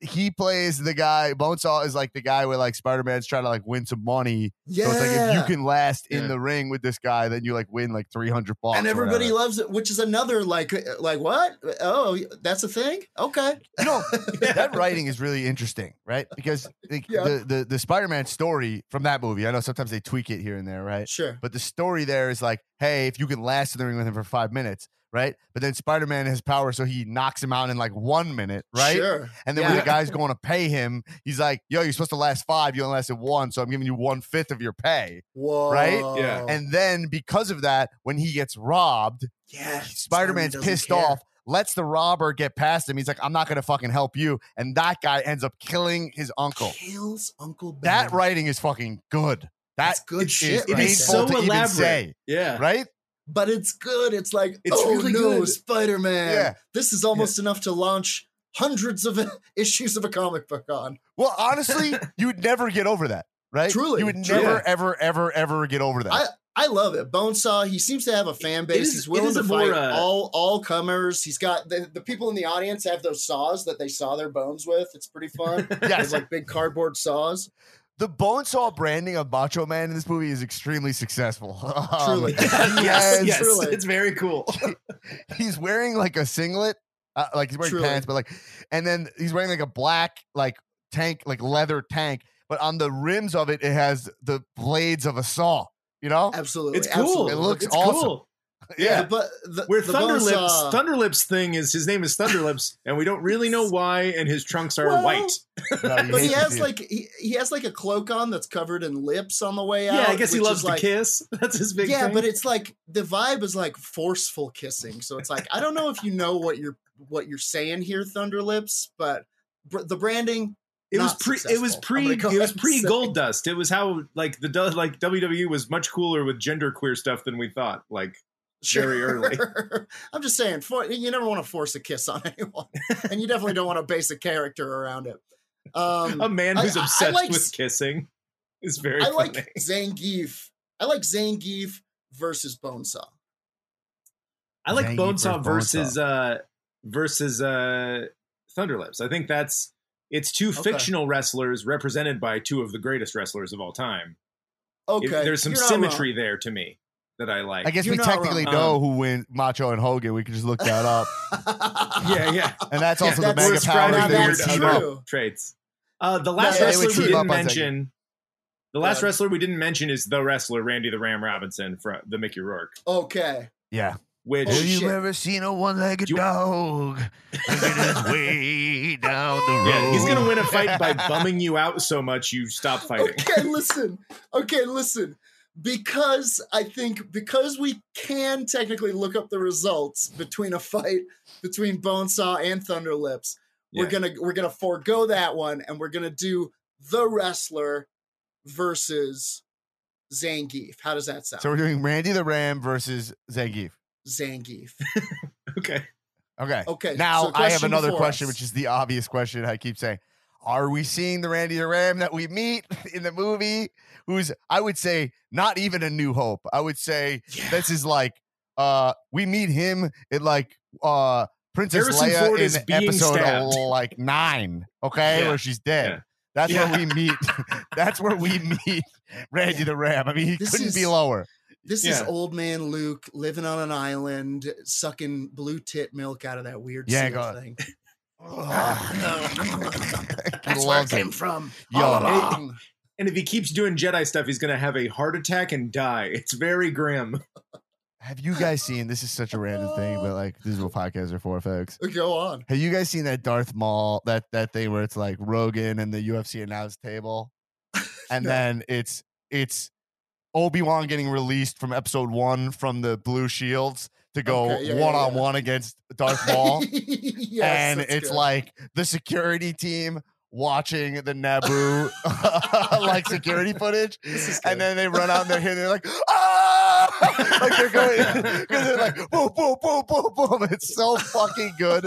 he plays the guy. Bonesaw is like the guy where like Spider-Man's trying to like win some money. Yeah. So it's like if you can last Yeah. in the ring with this guy, then you like win like 300 bucks. and or everybody whatever. loves it, which is another like like what? Oh, that's a thing. Okay. you know that writing is really interesting, right? Because like, Yeah. the the the Spider-Man story from that movie. I know sometimes they tweak it here and there, right? Sure. But the story there is like, hey, if you can last in the ring with him for five minutes, right? But then Spider Man has power, so he knocks him out in like one minute, right? Sure. And then when the Yeah. guy's going to pay him, he's like, "Yo, you're supposed to last five. You only lasted one, so I'm giving you one fifth of your pay." Whoa. Right? Oh. Yeah. And then because of that, when he gets robbed, yeah, Spider Man's doesn't pissed care. off. Lets the robber get past him. He's like, "I'm not gonna fucking help you," and that guy ends up killing his uncle. Kills Uncle Ben. That writing is fucking good. That's That's good shit. It right there. is so to even elaborate. say. Yeah. right? but it's good. It's like, It's oh really no, good. Spider Man. Yeah. This is almost enough to launch hundreds of issues of a comic book on. Well, honestly, you would never get over that, right? Truly, you would truly. never, ever, ever, ever get over that. I love it. Bonesaw, he seems to have a fan base. is- He's it willing is to a fight more, uh, all all comers. He's got the, the people in the audience have those saws that they saw their bones with. It's pretty fun. yes, It's like big cardboard saws. the Bonesaw branding of Macho Man in this movie is extremely successful. Um, Truly. Yes, yes, yes, truly. it's very cool. he's wearing like a singlet, uh, like he's wearing Truly. pants, but like, and then he's wearing like a black like tank, like leather tank, but on the rims of it, it has the blades of a saw. You know, Absolutely. It's cool. absolutely. It looks it's awesome. Cool. Yeah. The, but the, Where the uh, Thunderlips, Bonesaw- Thunderlips thing is his name is Thunderlips, and we don't really know why. And his trunks are Well, white. No, you but hate he to has see it. like he, he has like a cloak on that's covered in lips on the way out. Yeah, I guess he which is loves like, to kiss. That's his big yeah, thing. but it's like the vibe is like forceful kissing. So it's like I don't know if you know what you're what you're saying here, Thunderlips, but br- the branding it was not pre it was successful. I'm gonna pre go it was ahead and pre say. gold dust it was how like the du- like wwe was much cooler with gender queer stuff than we thought like very early. I'm just saying, for, you never want to force a kiss on anyone, and you definitely don't want to base a character around it. Um, a man I- who's I- I obsessed like s- with kissing is very I funny. like Zangief. I like Zangief versus Bonesaw. I like Zangief Bonesaw versus Bonesaw. versus uh versus uh Thunderlips. I think that's it's two Okay. fictional wrestlers represented by two of the greatest wrestlers of all time. Okay, It- there's some you're not wrong. symmetry there to me that I like. I guess You're we not wrong. technically know who win Macho and Hogan. We can just look that up, yeah, yeah. and that's also Yeah, the mega that's- we're power. describing that the they weird would that's team true. up. true. traits. Uh, the last Yeah, they would wrestler we team up didn't on Zangief. mention. The last Yeah. wrestler we didn't mention is the wrestler Randy the Ram Robinson from the Mickey Rourke, Okay. Yeah. which Oh, Have you shit. ever seen a one-legged You- dog making his way down the road? yeah, he's gonna win a fight by bumming you out so much you stop fighting. Okay, listen. Okay, listen. Because I think because we can technically look up the results between a fight between Bonesaw and Thunderlips, we're Yeah. gonna we're gonna forego that one and we're gonna do the wrestler versus Zangief. How does that sound? So we're doing Randy the Ram versus Zangief. Zangief. Okay. Okay. Okay. Now so I have question another before question, us. which is the obvious question I keep saying. Are we seeing the Randy the Ram that we meet in the movie? Who's I would say not even a new hope. I would say Yeah. this is like uh we meet him in like uh Princess Harrison Leia Ford is in being episode uh, stabbed. like nine, okay, Yeah. where she's dead. Yeah. That's Yeah. where we meet. That's where we meet Randy the Ram. I mean, he This couldn't be is- lower. This is Yeah. old man Luke living on an island, sucking blue tit milk out of that weird Yeah, seal go- thing. Oh, He loves it. from. Oh, Yo, all hey, along. And if he keeps doing Jedi stuff, he's going to have a heart attack and die. It's very grim. Have you guys seen? This is such a random thing, but like this is what podcasts are for, folks. Go on. Have you guys seen that Darth Maul that that thing where it's like Rogan and the UFC announce table, and No. then it's it's Obi Wan getting released from Episode One from the Blue Shields to go Okay, yeah, yeah, one on yeah. one against Darth Maul, Yes, and that's it's good. like the security team watching the Naboo like security footage, This is and good. then they run out and they're here. They're like, ah, like they're going because they're like, boom, boom, boom, boom, boom. It's so fucking good.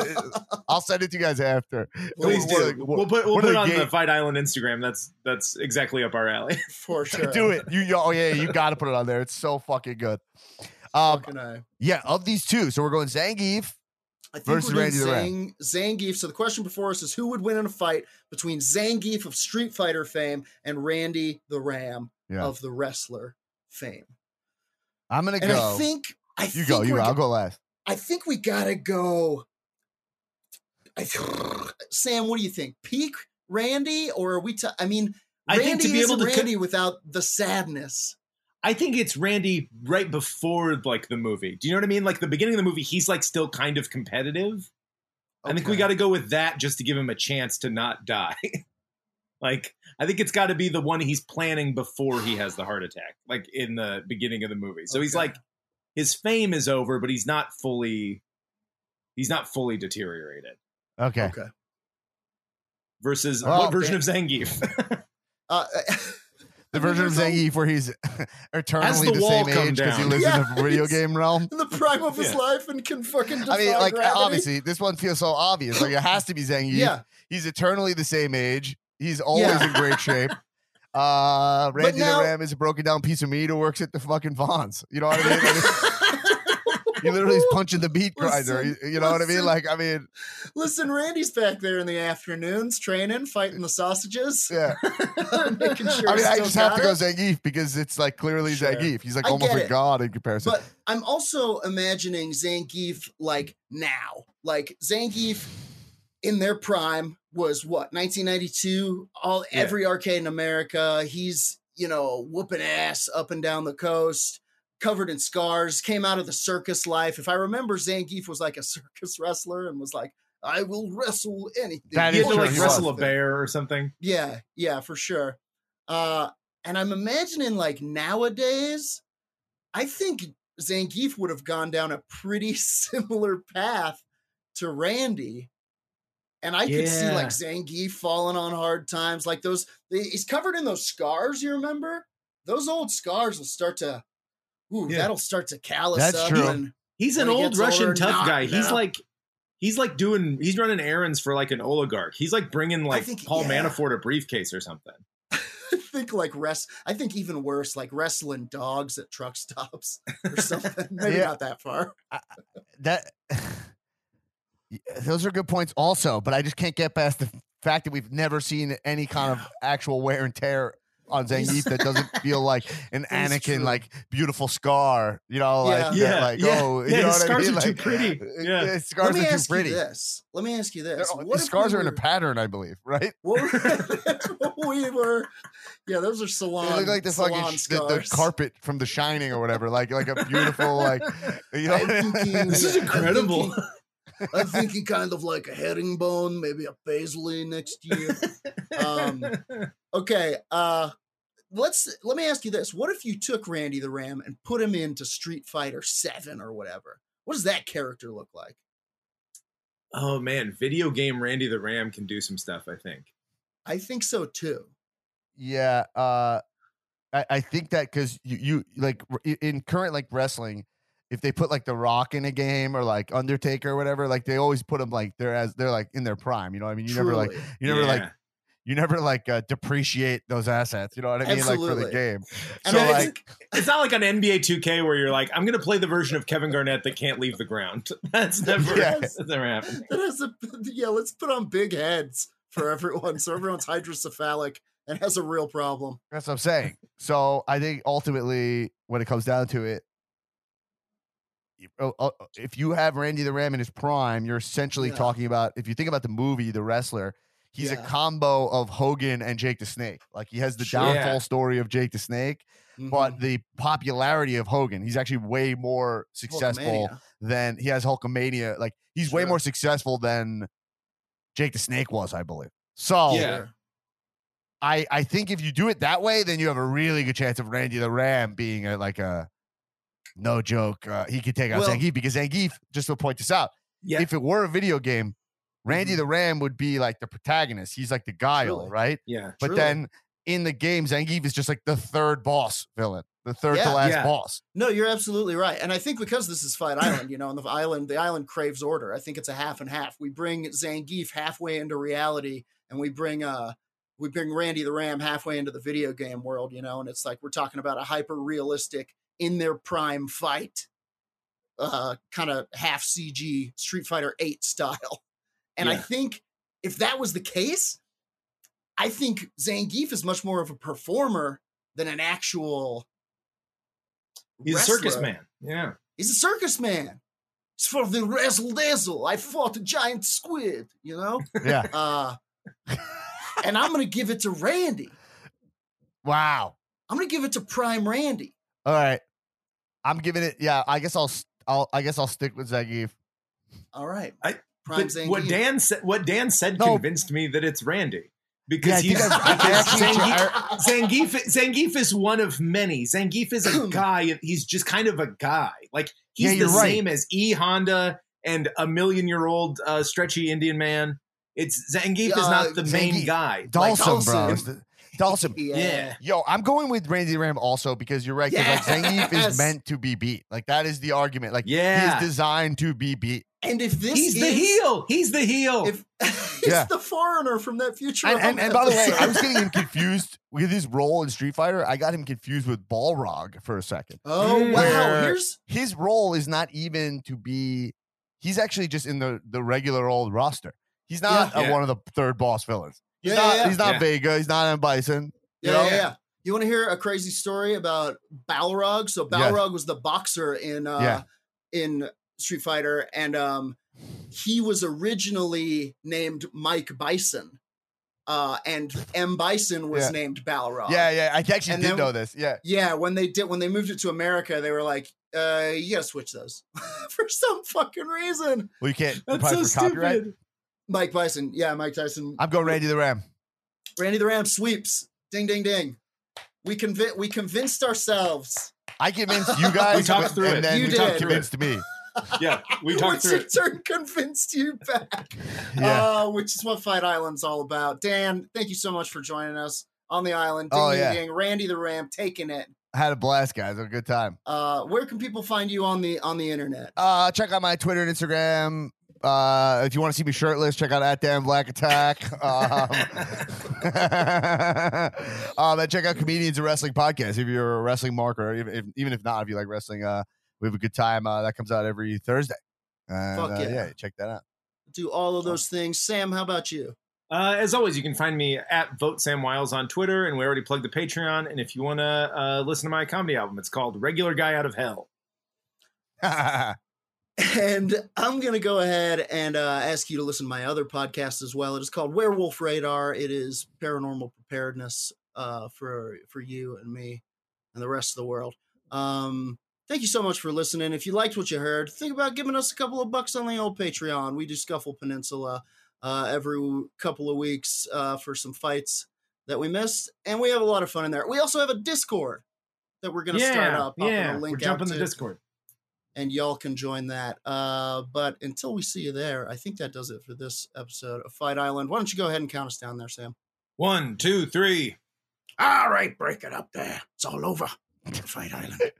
I'll send it to you guys after. Please What are do. the- what- We'll put, we'll what are put it the on the game- Fight Island Instagram. That's that's exactly up our alley. for sure. Do it. You, oh yeah, you got to put it on there. It's so fucking good. Um, Fucking I. yeah, of these two, so we're going Zangief. I think versus we're Randy the doing Zang- Zangief. So the question before us is who would win in a fight between Zangief of Street Fighter fame and Randy the Ram Yeah. of the wrestler fame? I'm gonna And go. I think I you think go. You. we're Go. go- I'll go last. I think we gotta go. I Sam, what do you think? Peak Randy, or are we? T- I mean, I Randy think to be isn't able to co- Randy without the sadness. I think it's Randy right before like the movie. Do you know what I mean? Like the beginning of the movie, he's like still kind of competitive. I think we Okay. got to go with that just to give him a chance to not die. like I think it's got to be the one he's planning before he has the heart attack, like in the beginning of the movie. So he's Okay. like his fame is over, but he's not fully he's not fully deteriorated. Okay. Okay. Versus Well, what version Dan- of Zangief? Uh, The version of Zangief where he's eternally the the, wall same come age because he down. lives in Yeah, the video he's- game realm. in the prime of his Yeah. life and can fucking. I mean, defy like gravity. obviously, this one feels so obvious. Like it has to be Zangief. Yeah, He's eternally the same age. He's always in great shape. Uh, Randy now- the Ram is a broken down piece of meat who works at the fucking Vons. You know what I mean? Like, he literally is punching the meat grinder. Listen, you know what I mean? listen. Like, I mean, listen, Randy's back there in the afternoons training, fighting the sausages, yeah. making sure. I mean, he's I still just have got to go it. Zangief because it's like clearly Sure. Zangief. He's like I almost get a it. god in comparison. But I'm also imagining Zangief like now, like Zangief in their prime was what 1992. All Yeah. every arcade in America, he's you know whooping ass up and down the coast, covered in scars. Came out of the circus life. If I remember, Zangief was like a circus wrestler and was like, "I will wrestle anything." That he is had to true, like he wrestle a was. bear or something. yeah, yeah, for sure. Uh, and I'm imagining like nowadays, I think Zangief would have gone down a pretty similar path to Randy. And I could see Yeah. like Zangief falling on hard times, like those. they- He's covered in those scars. You remember those old scars will start to, ooh, Yeah. that'll start to callus That's up. true. and- He's an When he old gets Russian older, tough knock guy. He's down. like he's like doing he's running errands for like an oligarch. He's like bringing like think- Paul yeah. Manafort a briefcase or something. I think like rest. I think even worse, like wrestling dogs at truck stops or something. Maybe Yeah. not that far. that Yeah, those are good points also but i just can't get past the fact that we've never seen any kind of actual wear and tear on He's- Zangief that doesn't feel like an That is Anakin true. like beautiful scar, you know, like Yeah. that, Yeah, like yeah, oh, yeah, you know his what I scars mean? are too Like, pretty, uh, yeah. his scars Let me are too ask pretty. you this. Let me ask you They're this. all- What his if scars we are in a were- pattern, I believe, right? What were, what we were, yeah, those are salon. They look like the salon fucking sh- the, the scars. carpet from The Shining or whatever, like like a beautiful like you know. I'm thinking- This is I'm incredible. thinking- I'm thinking kind of like a herringbone, maybe a paisley next year. Um, okay, uh, let's let me ask you this: What if you took Randy the Ram and put him into Street Fighter Seven or whatever? What does that character look like? oh man, video game Randy the Ram can do some stuff. I think. I think so too. Yeah, uh, I, I think that because you, you like r- i- in current like wrestling, if they put like The Rock in a game or like Undertaker or whatever, like they always put them like they're as they're like in their prime. You know what I mean? You never like Truly. you never like Yeah. you never like uh, depreciate those assets. You know what I mean? Like for the Absolutely. game. And so I like think- it's not like on NBA 2K where you're like, I'm gonna play the version of Kevin Garnett that can't leave the ground. That's never Yeah. that's never happened. That has a yeah. Let's put on big heads for everyone, so everyone's hydrocephalic and has a real problem. that's what I'm saying. So I think ultimately when it comes down to it. you- oh, oh, oh, If you have Randy the Ram in his prime, you're essentially Yeah. talking about. If you think about the movie, the wrestler, he's a Yeah. combo of Hogan and Jake the Snake. Like he has the Sure. Yeah. downfall story of Jake the Snake, Mm-hmm. but the popularity of Hogan. He's actually way more successful Hulkamania. than he has Hulkamania. Like he's way Sure. more successful than Jake the Snake was, I believe. So Yeah. Sure. I I think if you do it that way, then you have a really good chance of Randy the Ram being a, like a no joke. Uh, he could take out Well- Zangief because Zangief, just to point this out, Yeah. if it were a video game, Randy Mhm. the Ram would be like the protagonist. He's like the guile, Truly. right? yeah. But Truly. then in the game, Zangief is just like the third boss villain, the third Yeah. to last Yeah. boss. no, you're absolutely right, and I think because this is Fight Island, you know, and the island, the island craves order. I think it's a half and half. We bring Zangief halfway into reality, and we bring uh, we bring Randy the Ram halfway into the video game world, you know, and it's like we're talking about a hyper realistic in their prime fight, uh, kind of half CG Street Fighter Eight style. And I Yeah. think if that was the case, I think Zangief is much more of a performer than an actual. He's a circus wrestler. man. Yeah. He's a circus man. It's for the razzle dazzle. I fought a giant squid, you know. Yeah. Uh, and I'm gonna give it to Randy. wow. I'm gonna give it to Prime Randy. All right. I'm giving it. Yeah, I guess I'll. st- I'll. I guess I'll stick with Zagief. All right. I- Prime But Zangief. what Dan said, what Dan said, No. convinced me that it's Randy Yeah, I because think he's I, I actually, because I- Zangief, Zangief, Zangief is one of many. Zangief is a guy. He's just kind of a guy. Like Yeah, he's you're the right. same as E Honda and a million year old uh, stretchy Indian man. It's Zangief is Uh, not the main Zangief- guy. Like, Dawson, bro. Dawson. It's the- Dawson. yeah. Yo, I'm going with Randy Ram also because you're right. 'cause, Like Zangief Yes. is meant to be beat. Like that is the argument. Like Yeah. he's designed to be beat. And if this He's is the heel. He's the heel. If he's Yeah. the foreigner from that future. And, and, and by the way, I was getting him confused with his role in Street Fighter. I got him confused with Balrog for a second. oh wow, where- here's His role is not even to be. He's actually just in the the regular old roster. He's not Yeah. uh Yeah. one of the third boss villains. He's yeah, not. yeah, yeah. He's not Yeah. Vega. He's not M Bison. you yeah, know? yeah, yeah. You want to hear a crazy story about Balrog? So Yeah. Balrog was the boxer in uh Yeah. in Street Fighter, and um he was originally named Mike Bison. Uh and M Bison was Yeah. named Balrog. Yeah, yeah. I actually Oh. And did then- know this. Yeah. Yeah, when they did when they moved it to America, they were like, uh, you gotta switch those for some fucking reason. Well, you can't. That's so probably for copyright. stupid. Mike Bison, yeah, Mike Tyson. I'm going Randy the Ram. Randy the Ram sweeps. Ding ding ding. We convi- we convinced ourselves. I convinced you guys. We talked but- through and it. Then You you talked did. convinced me. Yeah, we talked Which through in it. turn convinced you back. Yeah. Uh, which is what Fight Island's all about. Dan, thank you so much for joining us on the island. Ding Oh, ding yeah. ding. Randy the Ram taking it. had a blast, guys. Had a good time. Uh, where can people find you on the on the internet? Uh, check out my Twitter and Instagram. Uh, if you want to see me shirtless, check out at damn black attack. Um, um, and check out comedians and wrestling podcast if you're a wrestling mark or even if, even if not, if you like wrestling, uh, we have a good time. Uh, that comes out every Thursday. And, Fuck uh, yeah. yeah, check that out. Do all of those things. Sam, how about you? Uh, as always, you can find me at Vote Sam Wiles on Twitter, and we already plugged the Patreon. And if you want to uh, listen to my comedy album, it's called Regular Guy Out of Hell. And I'm going to go ahead and uh, ask you to listen to my other podcast as well. It is called Werewolf Radar. It is paranormal preparedness uh, for for you and me and the rest of the world. Um, thank you so much for listening. If you liked what you heard, think about giving us a couple of bucks on the old Patreon. We do Scuffle Peninsula uh, every couple of weeks uh, for some fights that we missed, and we have a lot of fun in there. We also have a Discord that we're going to yeah, start up. I'll put a yeah, we're link out jumping the to Discord. and y'all can join that. Uh, but until we see you there, I think that does it for this episode of Fight Island. Why don't you go ahead and count us down there, Sam? One, two, three. All right, break it up there. It's all over. Fight Island.